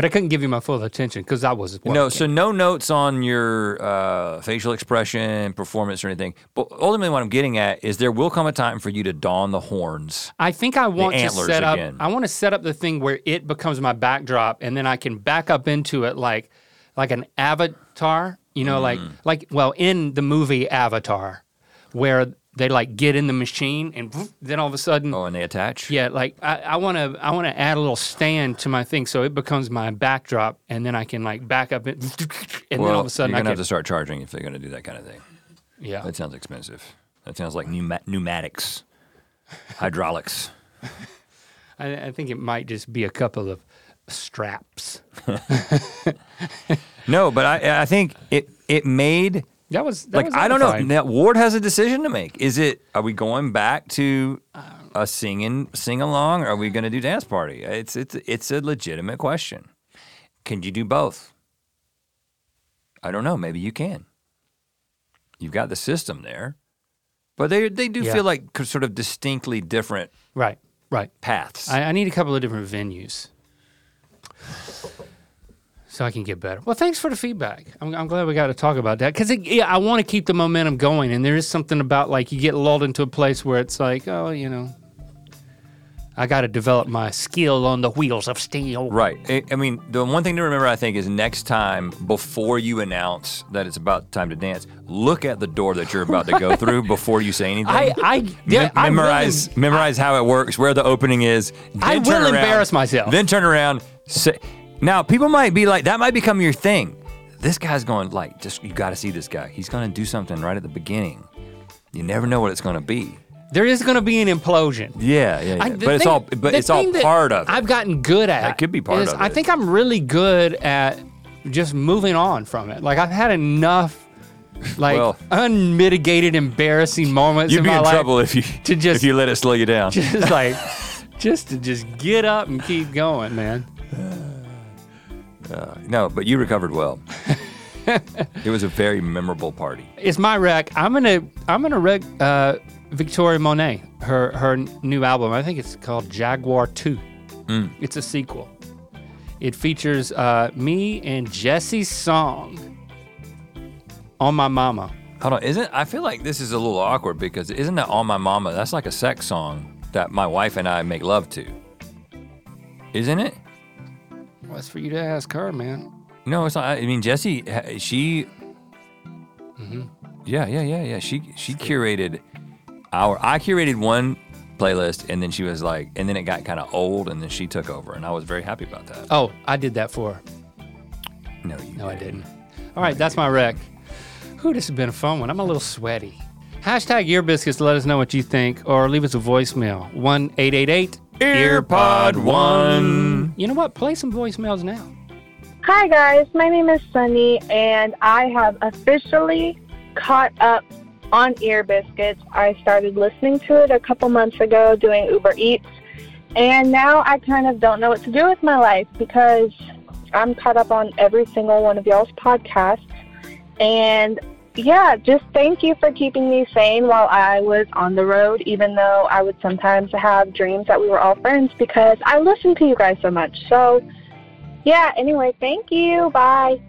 S4: but I couldn't give you my full attention because I was working.
S1: Mm-hmm. Um, No, so no notes on your uh, facial expression, performance, or anything. But ultimately, what I'm getting at is there will come a time for you to don the horns.
S4: I think I want to
S1: antlers
S4: set up.
S1: again.
S4: I want to set up the thing where it becomes my backdrop, and then I can back up into it like, like an avatar. You know, like
S1: Mm.
S4: like well, in the movie Avatar, where they like get in the machine, and vroom, then all of a sudden,
S1: Oh, and they attach.
S4: Mm. yeah, like I want to I want to add a little stand to my thing, so it becomes my backdrop, and then I can like back up it, and then all of a sudden
S1: you're
S4: I
S1: gonna have
S4: can
S1: to start charging if they're gonna do that kind of thing.
S4: yeah.
S1: That sounds expensive. That sounds like pneuma- pneumatics, hydraulics.
S4: I, I think it might just be a couple of straps.
S1: No, but I I think it it made
S4: That was that
S1: like
S4: was
S1: I don't know.
S4: edifying.
S1: Now, Ward has a decision to make. Is it are we going back to a singing sing along? Are we gonna do dance party? It's it's it's a legitimate question. Can you do both? I don't know. Maybe you can. You've got the system there, but they they do
S4: Yeah.
S1: feel like c- sort of distinctly different
S4: Right, right.
S1: paths.
S4: I, I need a couple of different venues so I can get better. Well, thanks for the feedback. I'm, I'm glad we got to talk about that because yeah, I want to keep the momentum going. And there is something about like you get lulled into a place where it's like, oh, you know, I got to develop my skill on the wheels of steel.
S1: Right. I, I mean, the one thing to remember, I think, is next time before you announce that it's about time to dance, look at the door that you're about to go through before you say anything.
S4: I, I, yeah,
S1: Mem-
S4: I
S1: memorize, memorize how it works, where the opening is. Then
S4: I
S1: turn
S4: will
S1: around,
S4: embarrass myself.
S1: Then turn around. Say, now, people might be like, that might become your thing. This guy's going like, just you got to see this guy. He's going to do something right at the beginning. You never know what it's going to be.
S4: Will, there is going to be an implosion.
S1: Yeah, yeah. yeah.
S4: I- the
S1: but it's
S4: thing-
S1: all, but
S4: the
S1: it's all
S4: thing that
S1: part of it.
S4: I've gotten good at.
S1: That could be part
S4: is
S1: of
S4: I
S1: it.
S4: think I'm really good at just moving on from it. Like I've had enough, like
S1: Well-
S4: unmitigated embarrassing moments
S1: You'd
S4: in
S1: be
S4: my
S1: in
S4: life.
S1: trouble if you
S4: to just-
S1: if you let it slow you down.
S4: Just like, just to just get up and keep going, man.
S1: No, but you recovered well. it was a very memorable party.
S4: It's my rec. I'm gonna I'm gonna rec uh, Victoria Monet her her new album. I think it's called Jaguar Two. It's a sequel. It features uh, me and Jesse's song on my mama.
S1: Hold on, isn't I feel like this is a little awkward because isn't that "On My Mama"? That's like a sex song that my wife and I make love to, isn't it?
S4: Well, that's for you to ask her, man.
S1: No, it's not. I mean, Jesse, ha- she, Mm-hmm. yeah, yeah, yeah, yeah. She she curated our. I curated one playlist, and then she was like, and then it got kind of old, and then she took over, and I was very happy about that.
S4: Oh, I did that for her.
S1: No, you.
S4: No, I didn't. All right, that's my rec. Whew, this has been a fun one. I'm a little sweaty. Hashtag Ear Biscuits. Let us know what you think or leave us a voicemail. 1 888
S1: Earpod One.
S4: You know what? Play some voicemails now.
S3: Hi, guys. My name is Sunny, and I have officially caught up on Ear Biscuits. I started listening to it a couple months ago doing Uber Eats, and now I kind of don't know what to do with my life because I'm caught up on every single one of y'all's podcasts. And yeah, just thank you for keeping me sane while I was on the road, even though I would sometimes have dreams that we were all friends because I listened to you guys so much. So, yeah, anyway, thank you. Bye.